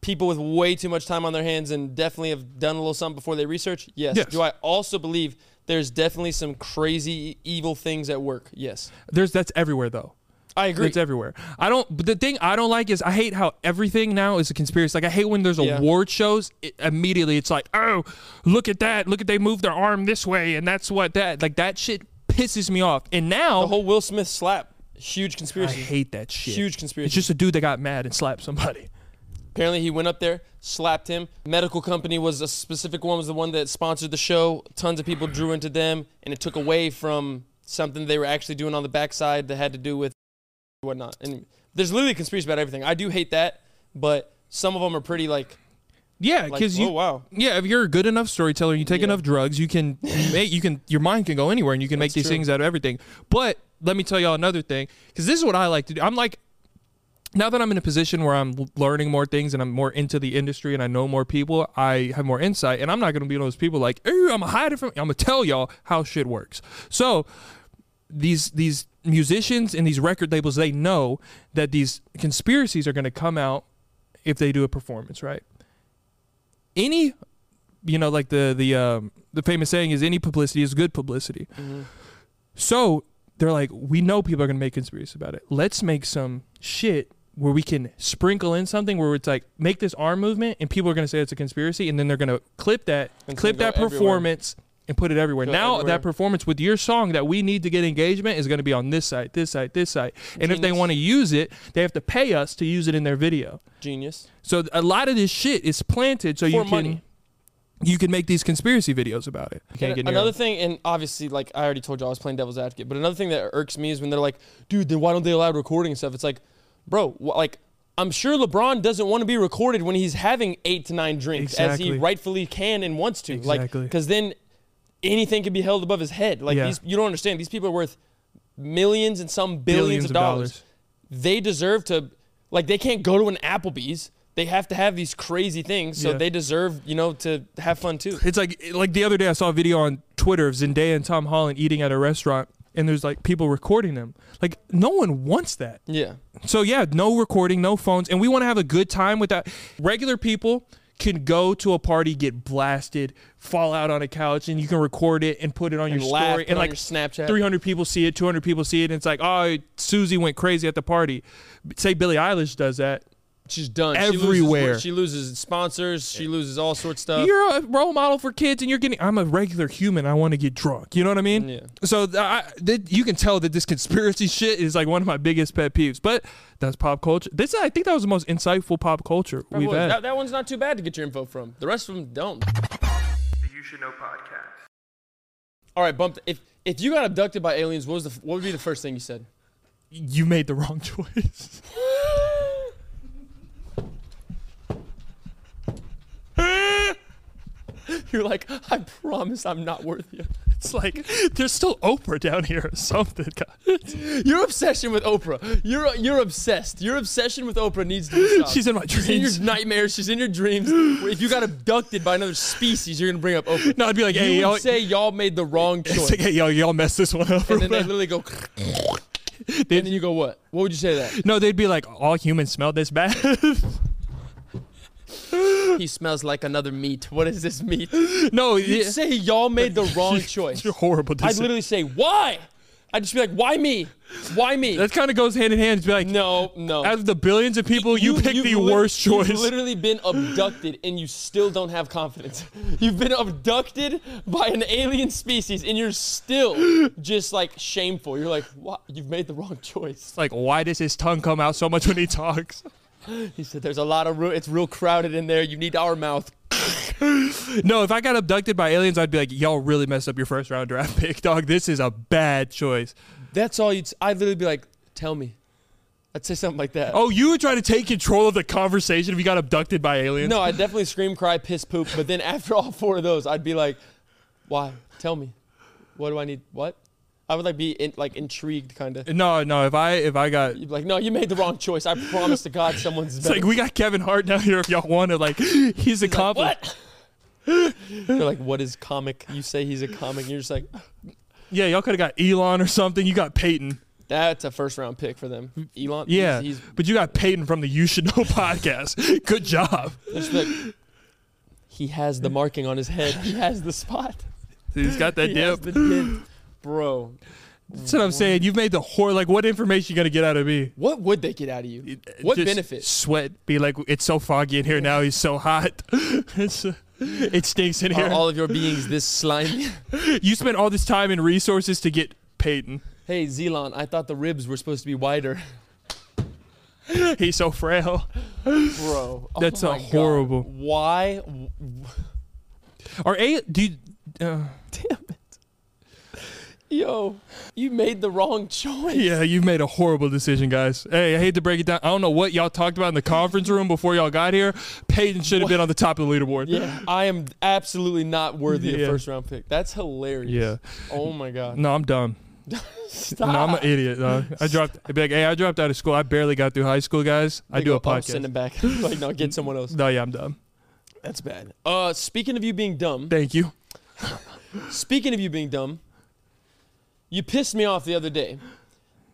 Speaker 2: people with way too much time on their hands and definitely have done a little something before they research? Yes.
Speaker 1: Yes.
Speaker 2: Do I also believe there's definitely some crazy evil things at work? Yes.
Speaker 1: there's that's everywhere though
Speaker 2: I agree.
Speaker 1: It's everywhere. I don't. But the thing I don't like is I hate how everything now is a conspiracy. Like I hate when there's
Speaker 2: Yeah.
Speaker 1: award shows. It, immediately, it's like, oh, look at that. Look at they moved their arm this way, and that's what that. Like that shit pisses me off. And now
Speaker 2: the whole Will Smith slap, huge
Speaker 1: I
Speaker 2: conspiracy.
Speaker 1: hate that shit.
Speaker 2: Huge conspiracy.
Speaker 1: It's just a dude that got mad and slapped somebody.
Speaker 2: Apparently, he went up there, slapped him. Medical company was a specific one was the one that sponsored the show. Tons of people drew into them, and it took away from something they were actually doing on the backside that had to do with whatnot. And there's literally conspiracy about everything. I do hate that, but some of them are pretty like,
Speaker 1: Yeah,
Speaker 2: like,
Speaker 1: because
Speaker 2: oh
Speaker 1: you.
Speaker 2: wow,
Speaker 1: Yeah, if you're a good enough storyteller, and you take
Speaker 2: Yeah.
Speaker 1: enough drugs, you can make you can your mind can go anywhere, and you can make
Speaker 2: That's
Speaker 1: these
Speaker 2: true.
Speaker 1: things out of everything. But let me tell y'all another thing, because this is what I like to do. I'm like, now that I'm in a position where I'm l- learning more things and I'm more into the industry and I know more people, I have more insight, and I'm not going to be one of those people like, "Ew, I'm hiding from. I'm gonna tell y'all how shit works. So these these musicians and these record labels they know that these conspiracies are going to come out if they do a performance right any you know like the the um the famous saying is any publicity is good publicity
Speaker 2: Mm-hmm.
Speaker 1: so they're like we know people are going to make conspiracies about it let's make some shit where we can sprinkle in something where it's like make this arm movement and people are going to say it's a conspiracy and then they're going to clip that
Speaker 2: And it's
Speaker 1: clip
Speaker 2: gonna
Speaker 1: that
Speaker 2: go everywhere.
Speaker 1: performance and put it everywhere.
Speaker 2: Go
Speaker 1: now
Speaker 2: everywhere.
Speaker 1: that performance with your song that we need to get engagement is going to be on this site, this site, this site. And if they
Speaker 2: Genius.
Speaker 1: want to use it, they have to pay us to use it in their video.
Speaker 2: Genius.
Speaker 1: So th- a lot of this shit is planted so you
Speaker 2: For
Speaker 1: can
Speaker 2: money.
Speaker 1: you can make these conspiracy videos about it. You can't get
Speaker 2: And
Speaker 1: near
Speaker 2: another
Speaker 1: it.
Speaker 2: thing, and obviously, like I already told you, I was playing devil's advocate. But another thing that irks me is when they're like, "Dude, then why don't they allow recording and stuff?" It's like, bro, wh- like I'm sure LeBron doesn't want to be recorded when he's having eight to nine drinks, as
Speaker 1: Exactly.
Speaker 2: he rightfully can and wants to,
Speaker 1: Exactly.
Speaker 2: like because then anything can be held above his head. Like
Speaker 1: Yeah.
Speaker 2: these, you don't understand. These people are worth millions and some billions, of, dollars. They deserve to, like, they can't go to an Applebee's. They have to have these crazy things, so
Speaker 1: Yeah.
Speaker 2: they deserve, you know, to have fun too.
Speaker 1: It's like like the other day I saw a video on Twitter of Zendaya and Tom Holland eating at a restaurant and there's like people recording them. Like no one wants that.
Speaker 2: Yeah.
Speaker 1: So yeah, no recording, no phones, and we want to have a good time with that. Regular people can go to a party, get blasted, fall out on a couch, and you can record it and put it on
Speaker 2: And
Speaker 1: your
Speaker 2: laugh,
Speaker 1: story.
Speaker 2: put it
Speaker 1: and
Speaker 2: on
Speaker 1: like
Speaker 2: your Snapchat.
Speaker 1: 300 people see it, 200 people see it, and it's like, oh, Susie went crazy at the party. Say Billie Eilish does that.
Speaker 2: She's done
Speaker 1: Everywhere.
Speaker 2: She loses, she loses sponsors. She loses all sorts of stuff.
Speaker 1: You're a role model for kids, and you're getting. I'm a regular human. I want to get drunk. You know what I mean?
Speaker 2: Yeah.
Speaker 1: So th- I, th- you can tell that this conspiracy shit is like one of my biggest pet peeves. But that's pop culture. This I think that was the most insightful pop culture
Speaker 2: Probably
Speaker 1: we've
Speaker 2: was.
Speaker 1: had.
Speaker 2: that, that one's not too bad to get your info from. The rest of them don't.
Speaker 3: The You Should Know Podcast.
Speaker 2: All right, bump. If if you got abducted by aliens, what was the f- what would be the first thing you said?
Speaker 1: you made the wrong choice.
Speaker 2: You're like, I promise, I'm not worthy. of-"
Speaker 1: It's like there's still Oprah down here or something. guys.
Speaker 2: Your obsession with Oprah. You're you're obsessed. Your obsession with Oprah needs to be stopped.
Speaker 1: She's in my
Speaker 2: She's in your
Speaker 1: dreams.
Speaker 2: nightmares. She's in your dreams. If you got abducted by another species, you're gonna bring up Oprah.
Speaker 1: No, I'd be like, hey,
Speaker 2: you
Speaker 1: y'all.
Speaker 2: would say y'all made the wrong
Speaker 1: it's
Speaker 2: choice.
Speaker 1: like, hey, y'all, y'all messed this one up.
Speaker 2: and then they literally go, and then you go, what? What would you say to
Speaker 1: no, they'd be like, all humans smell this bad.
Speaker 2: that? he smells like another meat. What is this meat?
Speaker 1: no,
Speaker 2: You
Speaker 1: yeah.
Speaker 2: say y'all made the wrong choice.
Speaker 1: you're horrible.
Speaker 2: I'd
Speaker 1: decision.
Speaker 2: literally say, why? I'd just be like, why me? Why me?
Speaker 1: that kind of goes hand in hand. It's like,
Speaker 2: no, no.
Speaker 1: out of the billions of people, you, picked the
Speaker 2: lit-
Speaker 1: worst choice.
Speaker 2: You've literally been abducted and you still don't have confidence. You've been abducted by an alien species and you're still just like shameful. You're like, what? You've made the wrong choice.
Speaker 1: It's like, why does his tongue come out so much when he talks?
Speaker 2: He said, there's a lot of room. It's real crowded in there. You need our mouth.
Speaker 1: No, if I got abducted by aliens, I'd be like, y'all really messed up your first round draft pick, dog. This is a bad choice.
Speaker 2: That's all you'd. I'd literally be like, "Tell me." I'd say something like that.
Speaker 1: Oh, you would try to take control of the conversation if you got abducted by aliens?
Speaker 2: no, I'd definitely scream, cry, piss, poop. But then after all four of those, I'd be like, "Why? Tell me. What do I need? What?" I would like be in, like intrigued, kind of.
Speaker 1: No, no. If I if I got,
Speaker 2: You'd be like, "No, you made the wrong choice. I promise to God, someone's
Speaker 1: it's
Speaker 2: better."
Speaker 1: like we got Kevin Hart down here. If y'all want to, like, he's a
Speaker 2: Like,
Speaker 1: compliment.
Speaker 2: what? They're like, "What is comic?" You say he's a comic. And you're just like,
Speaker 1: Yeah, y'all could have got Elon or something. You got Peyton.
Speaker 2: "That's a first round pick for them." Elon.
Speaker 1: Yeah,
Speaker 2: He's,
Speaker 1: but you got Peyton from the You Should Know podcast. Good job.
Speaker 2: he's just like, he has the marking on his head. He has the spot.
Speaker 1: He's got that
Speaker 2: He has
Speaker 1: dip.
Speaker 2: the dip. Bro,
Speaker 1: That's what I'm saying. You've made the whore. Like, what information you gonna get out of me?
Speaker 2: What would they get out of you? What
Speaker 1: Just
Speaker 2: benefit?
Speaker 1: Sweat. Be like, it's so foggy in here now. He's so hot. it's, uh, it stinks in here.
Speaker 2: Are all of your beings this slimy?
Speaker 1: you spent all this time and resources to get Peyton.
Speaker 2: hey, Zelon, I thought the ribs were supposed to be wider.
Speaker 1: He's so frail.
Speaker 2: Bro. Oh
Speaker 1: That's a
Speaker 2: my God.
Speaker 1: horrible-
Speaker 2: Why?
Speaker 1: Are a do you, uh,
Speaker 2: Yo, you made the wrong choice.
Speaker 1: yeah, you made a horrible decision, guys. Hey, I hate to break it down. I don't know what y'all talked about in the conference room before y'all got here. Peyton should have been on the top of the leaderboard.
Speaker 2: Yeah, I am absolutely not worthy
Speaker 1: Yeah.
Speaker 2: of first round pick. That's hilarious.
Speaker 1: Yeah.
Speaker 2: Oh my god.
Speaker 1: No, I'm dumb.
Speaker 2: Stop.
Speaker 1: No, I'm an idiot. dog. I dropped. I'd be like, hey, I dropped out of school. I barely got through high school, guys. I
Speaker 2: They
Speaker 1: do a
Speaker 2: go, "Oh,
Speaker 1: podcast.
Speaker 2: Send him back. like, no, get someone else.
Speaker 1: No, yeah, I'm dumb.
Speaker 2: That's bad. Uh, speaking of you being dumb.
Speaker 1: Thank you.
Speaker 2: Speaking of you being dumb, you pissed me off the other day.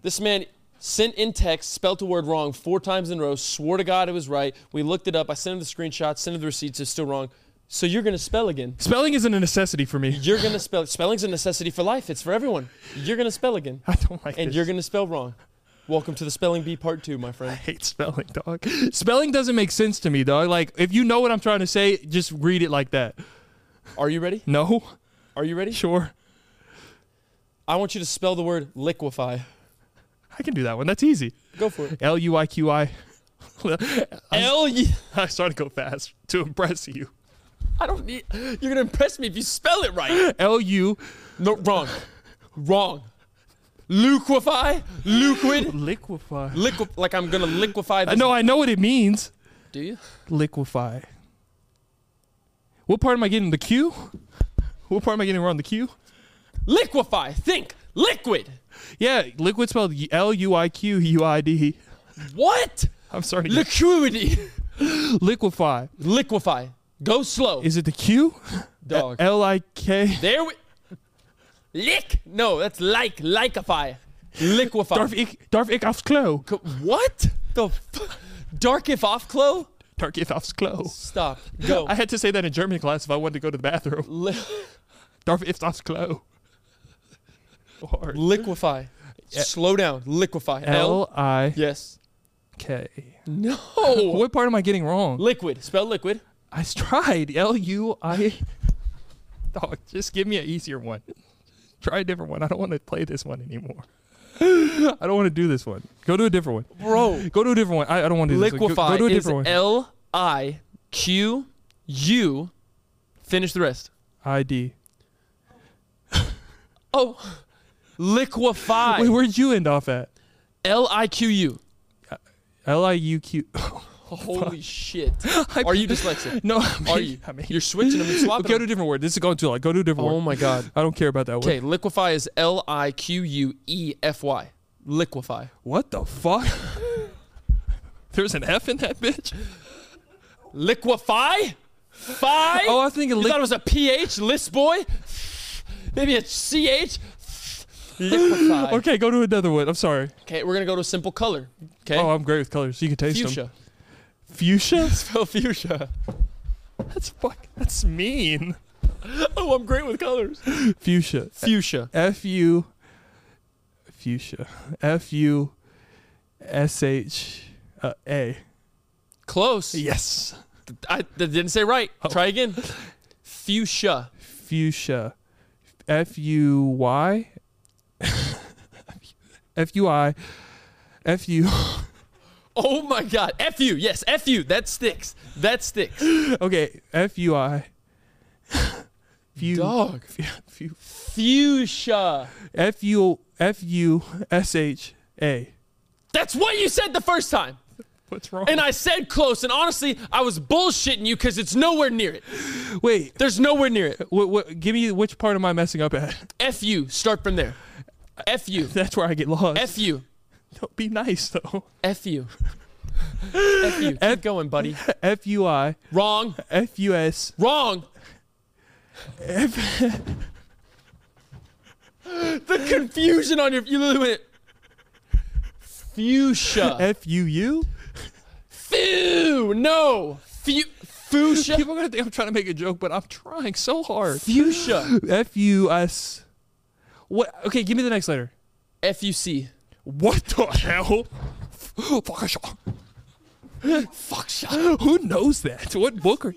Speaker 2: This man sent in text, spelt the word wrong four times in a row, swore to God it was right. We looked it up. I sent him the screenshots, sent him the receipts. It's still wrong. So you're going to spell again.
Speaker 1: Spelling isn't a necessity for me.
Speaker 2: You're going to spell. Spelling's a necessity for life, it's for everyone. You're going to spell again,
Speaker 1: I don't like
Speaker 2: and
Speaker 1: this.
Speaker 2: you're going to spell wrong. Welcome to the Spelling Bee Part 2, my friend.
Speaker 1: I hate spelling, dog. Spelling doesn't make sense to me, dog. Like, if you know what I'm trying to say, just read it like that.
Speaker 2: Are you ready?
Speaker 1: No?
Speaker 2: Are you ready?
Speaker 1: Sure.
Speaker 2: I want you to spell the word liquefy.
Speaker 1: I can do that one. That's easy.
Speaker 2: Go for it.
Speaker 1: L U I Q I.
Speaker 2: L.
Speaker 1: I started to go fast to impress you.
Speaker 2: I don't need. You're gonna impress me if you spell it right.
Speaker 1: L U
Speaker 2: No, wrong. wrong. Liquefy. Liquid.
Speaker 1: liquefy.
Speaker 2: Liqui- like I'm gonna liquefy
Speaker 1: I
Speaker 2: this.
Speaker 1: know. I know what it means.
Speaker 2: Do you?
Speaker 1: Liquefy. What part am I getting? The Q. What part am I getting wrong? The Q.
Speaker 2: Liquefy. Think. Liquid.
Speaker 1: Yeah, liquid spelled L U I Q U I D. E.
Speaker 2: What?
Speaker 1: I'm sorry.
Speaker 2: Liquidity.
Speaker 1: liquefy.
Speaker 2: Liquefy. Go slow.
Speaker 1: Is it the Q?
Speaker 2: Dog.
Speaker 1: L I K.
Speaker 2: there we. Lick. No, that's like. Liquefy. Liquefy.
Speaker 1: Darf ik, darf ik aufs Klo?
Speaker 2: Co- What the f- dark if off clo?
Speaker 1: Darf ich aufs Klo?
Speaker 2: Stop. Go.
Speaker 1: I had to say that in German class if I wanted to go to the bathroom.
Speaker 2: Li-
Speaker 1: Darf ich aufs Klo? Hard.
Speaker 2: liquefy. Slow down. Liquefy. L.
Speaker 1: Eh. L I
Speaker 2: Yes.
Speaker 1: K.
Speaker 2: No.
Speaker 1: What part am I getting wrong?
Speaker 2: liquid. Spell liquid.
Speaker 1: I tried. L U I. Dog, just give me an easier one. Try a different one. I don't want to play this one anymore. I don't want to do this one. Go to a different one.
Speaker 2: Bro.
Speaker 1: Go to a different one. I, I don't want to do this. one. Go,
Speaker 2: Liquefy
Speaker 1: go to a
Speaker 2: is
Speaker 1: different one.
Speaker 2: L I Q U. Finish the rest.
Speaker 1: ID.
Speaker 2: Oh. Liquefy.
Speaker 1: Wait, where'd you end off at?
Speaker 2: L I Q U.
Speaker 1: L I U Q.
Speaker 2: Holy shit. Are you dyslexic?
Speaker 1: No, I mean,
Speaker 2: Are you?
Speaker 1: I mean,
Speaker 2: You're switching them and
Speaker 1: go
Speaker 2: swapping
Speaker 1: to
Speaker 2: them.
Speaker 1: a different word. This is going too long. Go to a different word.
Speaker 2: Oh my god.
Speaker 1: I don't care about that word.
Speaker 2: Okay, liquefy is L I Q U E F Y. Liquefy.
Speaker 1: What the fuck? There's an F in that bitch.
Speaker 2: Liquefy? Fi?
Speaker 1: Oh, I was thinking
Speaker 2: You
Speaker 1: liq-
Speaker 2: thought it was a PH, list boy? Maybe a CH? Liquefy. Okay.
Speaker 1: Okay, go to another one. I'm sorry.
Speaker 2: we're gonna go to a simple color. Okay?
Speaker 1: Oh, I'm great with colors. You can taste
Speaker 2: fuchsia.
Speaker 1: them. Fuchsia.
Speaker 2: Spell fuchsia.
Speaker 1: That's fuck. That's mean.
Speaker 2: Oh, I'm great with colors.
Speaker 1: Fuchsia.
Speaker 2: Fuchsia.
Speaker 1: F U. Fuchsia. F U. S H. uh, A.
Speaker 2: Close.
Speaker 1: Yes.
Speaker 2: I that didn't say right.
Speaker 1: Oh.
Speaker 2: Try again. Fuchsia.
Speaker 1: Fuchsia. F U Y. F U I. F U.
Speaker 2: Oh my god. F you. Yes, F you. That sticks. That sticks.
Speaker 1: Okay. F U I. Fu-
Speaker 2: Dog.
Speaker 1: fu- fu-
Speaker 2: Fuchsia.
Speaker 1: F U F U S H A.
Speaker 2: That's what you said the first time.
Speaker 1: What's wrong?
Speaker 2: And I said close, and honestly, I was bullshitting you because it's nowhere near it.
Speaker 1: Wait.
Speaker 2: There's nowhere near it.
Speaker 1: What, what, give me which part am I messing up at?
Speaker 2: F you. Start from there. F you.
Speaker 1: That's where I get lost.
Speaker 2: F you.
Speaker 1: Don't be nice though.
Speaker 2: F you. F you. Keep going, buddy.
Speaker 1: F U I
Speaker 2: Wrong.
Speaker 1: F U S
Speaker 2: Wrong. the confusion on your. You literally went. Fuchsia.
Speaker 1: F U U.
Speaker 2: Foo. No. Fu. Fuchsia.
Speaker 1: People are gonna think I'm trying to make a joke, but I'm trying so hard.
Speaker 2: Fuchsia.
Speaker 1: F U S. What? Okay, give me the next letter.
Speaker 2: F U C.
Speaker 1: What the hell? Fuck a shot. Fuck shot. Who knows that? What book are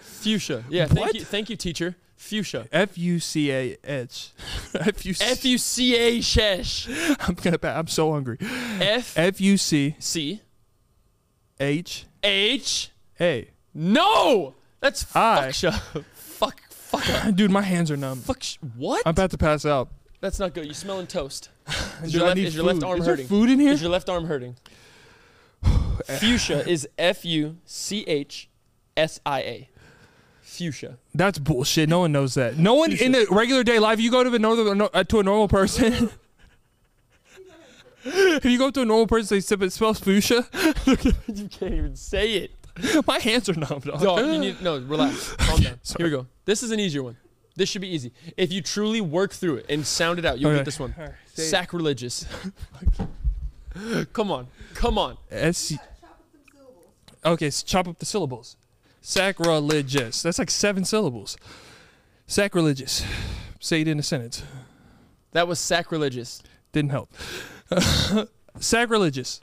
Speaker 2: Fuchsia. Yeah. Thank
Speaker 1: What?
Speaker 2: you. Thank you, teacher. Fuchsia.
Speaker 1: F U C A H. F U
Speaker 2: F
Speaker 1: C.
Speaker 2: U C A shesh.
Speaker 1: I'm gonna. pa- I'm so hungry.
Speaker 2: F
Speaker 1: F U C
Speaker 2: C
Speaker 1: H
Speaker 2: H.
Speaker 1: A.
Speaker 2: No, that's
Speaker 1: I.
Speaker 2: fucksha. Fuck, fuck, up.
Speaker 1: Dude, my hands are numb.
Speaker 2: fuck. sh- What?
Speaker 1: I'm about to pass out.
Speaker 2: that's not good. You smelling toast? Is
Speaker 1: Dude,
Speaker 2: your,
Speaker 1: I
Speaker 2: left,
Speaker 1: need
Speaker 2: is your left
Speaker 1: food.
Speaker 2: arm
Speaker 1: Is there
Speaker 2: hurting?
Speaker 1: food in here?
Speaker 2: Is your left arm hurting? Fuchsia is F U C H S I A. Fuchsia.
Speaker 1: That's bullshit. No one knows that. No one in a regular day life. You go to a northern uh, to a normal person. if you go up to a normal person, they sip it smells fuchsia.
Speaker 2: You can't even say it.
Speaker 1: My hands are numb. Dog.
Speaker 2: Dog, you need no. Relax. Calm down. Here we go. This is an easier one. This should be easy. If you truly work through it and sound it out, you'll
Speaker 1: Okay.
Speaker 2: get this one.
Speaker 1: All right. Say it.
Speaker 2: Sacrilegious. come on. Come on.
Speaker 1: S. Okay, s chop up the syllables. Sacrilegious. That's like seven syllables. Sacrilegious. Say it in a sentence.
Speaker 2: That was sacrilegious.
Speaker 1: Didn't help. Sacrilegious.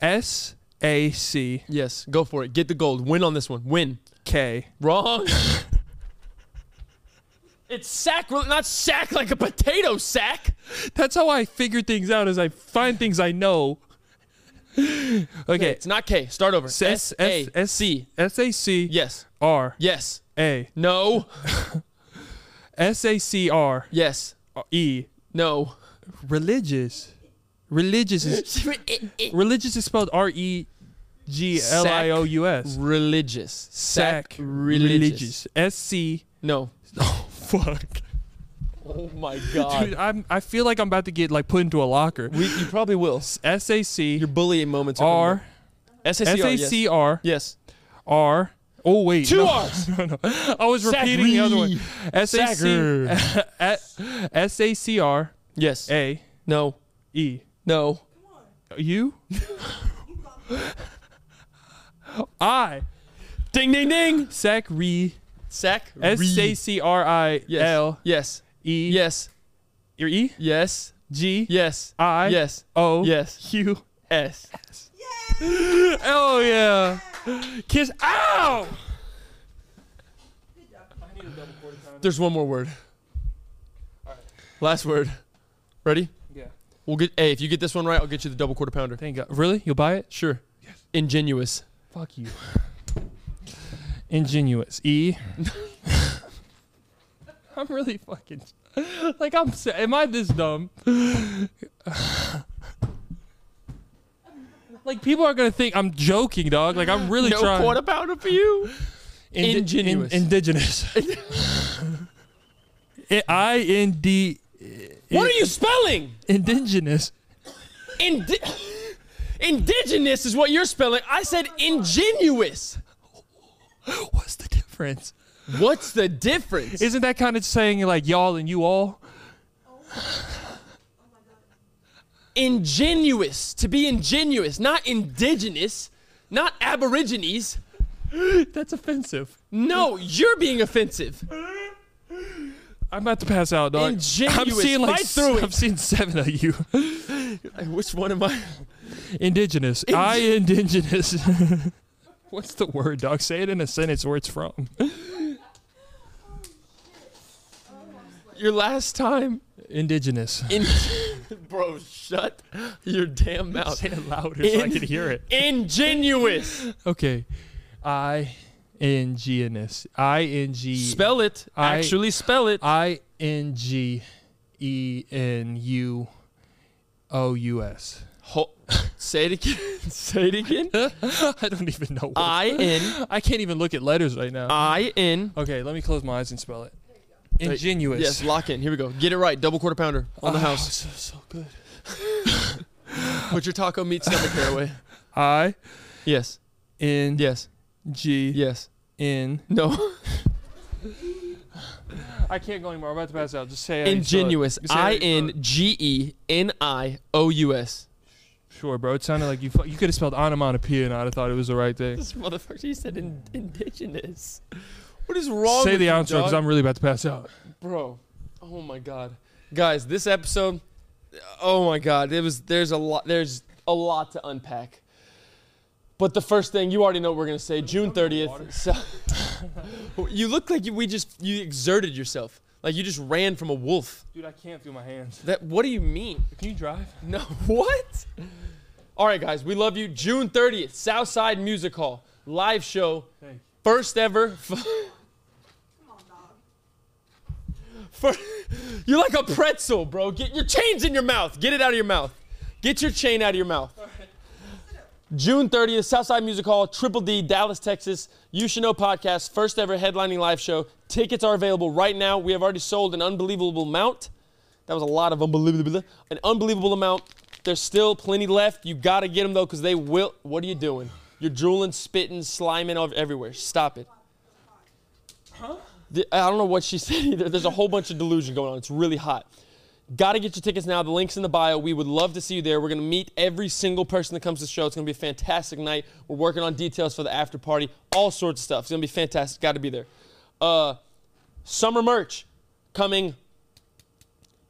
Speaker 1: S A C
Speaker 2: Yes, go for it. Get the gold. Win on this one. Win.
Speaker 1: K.
Speaker 2: Wrong. It's sack, not sack like a potato sack.
Speaker 1: That's how I figure things out as I find things I know. Okay.
Speaker 2: It's not K. Start over. S
Speaker 1: S
Speaker 2: A
Speaker 1: S
Speaker 2: C.
Speaker 1: C S A C
Speaker 2: Yes.
Speaker 1: R
Speaker 2: Yes.
Speaker 1: A
Speaker 2: No.
Speaker 1: S A C R
Speaker 2: Yes.
Speaker 1: E.
Speaker 2: No.
Speaker 1: Religious. Religious is religious is spelled R E G L I O U S.
Speaker 2: Religious. Sack. Religious.
Speaker 1: S C.
Speaker 2: No.
Speaker 1: Oh fuck.
Speaker 2: Oh my god.
Speaker 1: Dude, I'm, I feel like I'm about to get like put into a locker.
Speaker 2: we, you probably will.
Speaker 1: S A C
Speaker 2: Your bullying moments
Speaker 1: R
Speaker 2: S
Speaker 1: S A C R
Speaker 2: Yes.
Speaker 1: R. Oh wait,
Speaker 2: Two
Speaker 1: no.
Speaker 2: R's.
Speaker 1: No, no. I was repeating the other one. S A C S A C R
Speaker 2: Yes.
Speaker 1: A
Speaker 2: No.
Speaker 1: E.
Speaker 2: No.
Speaker 1: You? I.
Speaker 2: Ding ding ding.
Speaker 1: Sacri.
Speaker 2: Sack.
Speaker 1: S A C R I
Speaker 2: Yes.
Speaker 1: L
Speaker 2: Yes.
Speaker 1: E.
Speaker 2: Yes.
Speaker 1: Your E?
Speaker 2: Yes.
Speaker 1: G. Oh.
Speaker 2: Yes.
Speaker 1: I.
Speaker 2: Yes.
Speaker 1: O.
Speaker 2: Yes.
Speaker 1: U.
Speaker 2: S.
Speaker 1: Oh yeah. Kiss. Ow!
Speaker 2: There's one more word. Last word. Ready? Yeah. We'll get. Hey, if you get this one right, I'll get you the double quarter pounder.
Speaker 1: Thank God. uh, Really? You'll buy it?
Speaker 2: Sure. Ingenuous.
Speaker 1: Fuck you. Ingenuous. E. I'm really fucking. Like I'm. sa- Am I this dumb? like people are gonna think I'm joking, dog. Like I'm really
Speaker 2: No
Speaker 1: trying.
Speaker 2: quarter pounder for you.
Speaker 1: Indi-
Speaker 2: Ingenuous.
Speaker 1: in- indigenous. I N D.
Speaker 2: What are you spelling?
Speaker 1: Indigenous.
Speaker 2: Indi- indigenous is what you're spelling. I said ingenuous.
Speaker 1: What's the difference?
Speaker 2: What's the difference?
Speaker 1: Isn't that kind of saying like y'all and you all?
Speaker 2: ingenuous to be ingenuous, not indigenous, not aborigines.
Speaker 1: That's offensive.
Speaker 2: No, you're being offensive.
Speaker 1: I'm about to pass out, dog. I'm
Speaker 2: Ingenuous.
Speaker 1: seeing like
Speaker 2: Fight through
Speaker 1: I'm
Speaker 2: it.
Speaker 1: seeing seven of you.
Speaker 2: Which one am I?
Speaker 1: Indigenous. I indigenous. What's the word, dog? Say it in a sentence where it's from.
Speaker 2: Your last time
Speaker 1: Indigenous.
Speaker 2: in Bro, shut your damn mouth.
Speaker 1: Say it louder so I
Speaker 2: In-
Speaker 1: can hear it.
Speaker 2: Ingenuous.
Speaker 1: Okay. I N G N S. I N G
Speaker 2: Spell it.
Speaker 1: I-
Speaker 2: Actually spell it.
Speaker 1: I N G E N U O U S.
Speaker 2: Ho- Say it again. Say it again.
Speaker 1: I don't even know. What
Speaker 2: I N
Speaker 1: I can't even look at letters right now.
Speaker 2: I N
Speaker 1: okay, let me close my eyes and spell it. Ingenuous.
Speaker 2: Yes, lock in. Here we go. Get it right. Double quarter pounder on the
Speaker 1: Oh,
Speaker 2: house.
Speaker 1: So, so good.
Speaker 2: Put your taco meat stomach hair away.
Speaker 1: I
Speaker 2: Yes.
Speaker 1: N
Speaker 2: Yes.
Speaker 1: G
Speaker 2: Yes.
Speaker 1: N.
Speaker 2: No.
Speaker 1: I can't go anymore. I'm about to pass out. Just say it.
Speaker 2: Ingenuous.
Speaker 1: Say how
Speaker 2: I
Speaker 1: you spell
Speaker 2: N
Speaker 1: it.
Speaker 2: G E N I O U S.
Speaker 1: Sure, bro. It sounded like you. fu- You could have spelled onomatopoeia, and I'd have thought it was the right thing.
Speaker 2: This motherfucker, he said in- indigenous. What is wrong
Speaker 1: Say
Speaker 2: with
Speaker 1: the
Speaker 2: you,
Speaker 1: answer because
Speaker 2: dog?
Speaker 1: I'm really about to pass out.
Speaker 2: Bro. Oh my god. Guys, this episode Oh my god. It was there's a lot there's a lot to unpack. But the first thing you already know what we're going to say June 30th. So You look like you, we just you exerted yourself. Like you just ran from a wolf.
Speaker 1: Dude, I can't feel my hands.
Speaker 2: That what do you mean?
Speaker 1: Can you drive?
Speaker 2: No, what? All right, guys, we love you. June 30th, Southside Music Hall, live show, first ever. F- Fir- You're like a pretzel, bro. Get your chains in your mouth. Get it out of your mouth. Get your chain out of your mouth. June 30th, Southside Music Hall, Triple D, Dallas, Texas. You Should Know podcast, first ever headlining live show. Tickets are available right now. We have already sold an unbelievable amount. That was a lot of unbelievable, an unbelievable amount. There's still plenty left. You gotta get them though, because they will. What are you doing? You're drooling, spitting, sliming all everywhere. Stop it. Huh? I don't know what she said either. There's a whole bunch of delusion going on. It's really hot. Gotta get your tickets now. The link's in the bio. We would love to see you there. We're gonna meet every single person that comes to the show. It's gonna be a fantastic night. We're working on details for the after party, all sorts of stuff. It's gonna be fantastic. Gotta be there. Uh, summer merch coming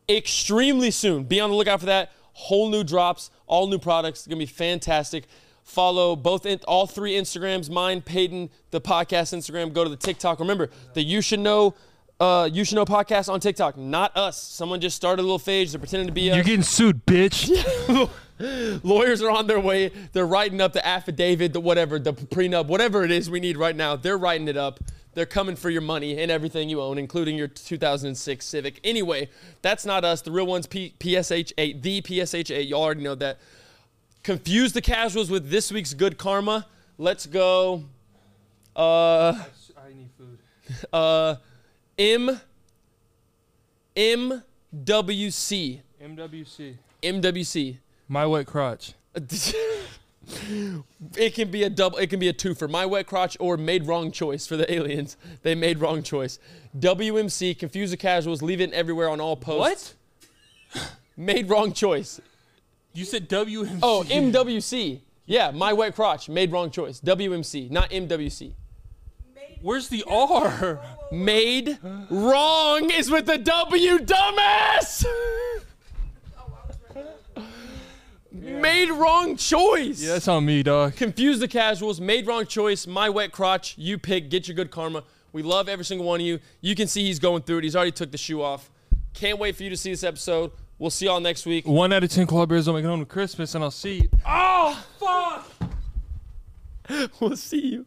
Speaker 2: extremely soon. Be on the lookout for that. Whole new drops, all new products. It's gonna be fantastic. Follow both in, all three Instagrams, mine, Peyton, the podcast Instagram. Go to the TikTok. Remember the You Should Know uh, You Should Know podcast on TikTok. Not us. Someone just started a little phase. They're pretending to be
Speaker 1: You're
Speaker 2: us.
Speaker 1: getting sued, bitch.
Speaker 2: Lawyers are on their way. They're writing up the affidavit, the whatever, the prenup, whatever it is we need right now. They're writing it up. They're coming for your money and everything you own, including your 2006 Civic. Anyway, that's not us. The real one's P- PSH8, the PSH8. Y'all already know that. Confuse the casuals with this week's good karma. Let's go. Uh,
Speaker 3: I need food.
Speaker 2: uh, M. MWC.
Speaker 3: MWC.
Speaker 2: MWC.
Speaker 1: My wet crotch.
Speaker 2: it can be a double it can be a two for my wet crotch or made wrong choice for the aliens they made wrong choice wmc confuse the casuals leave it everywhere on all posts what made wrong choice
Speaker 1: You said WMC.
Speaker 2: oh mwc yeah my wet crotch made wrong choice wmc not mwc
Speaker 1: where's the R?
Speaker 2: made wrong is with the w dumbass made wrong choice
Speaker 1: Yeah, that's on me, dog.
Speaker 2: confuse the casuals, made wrong choice, my wet crotch, you pick, get your good karma. We love every single one of you. You can see he's going through it. He's already took the shoe off. Can't wait for you to see this episode. We'll see y'all next week.
Speaker 1: One out of ten club bears on my home to Christmas, and I'll see you. Oh, fuck!
Speaker 2: We'll see you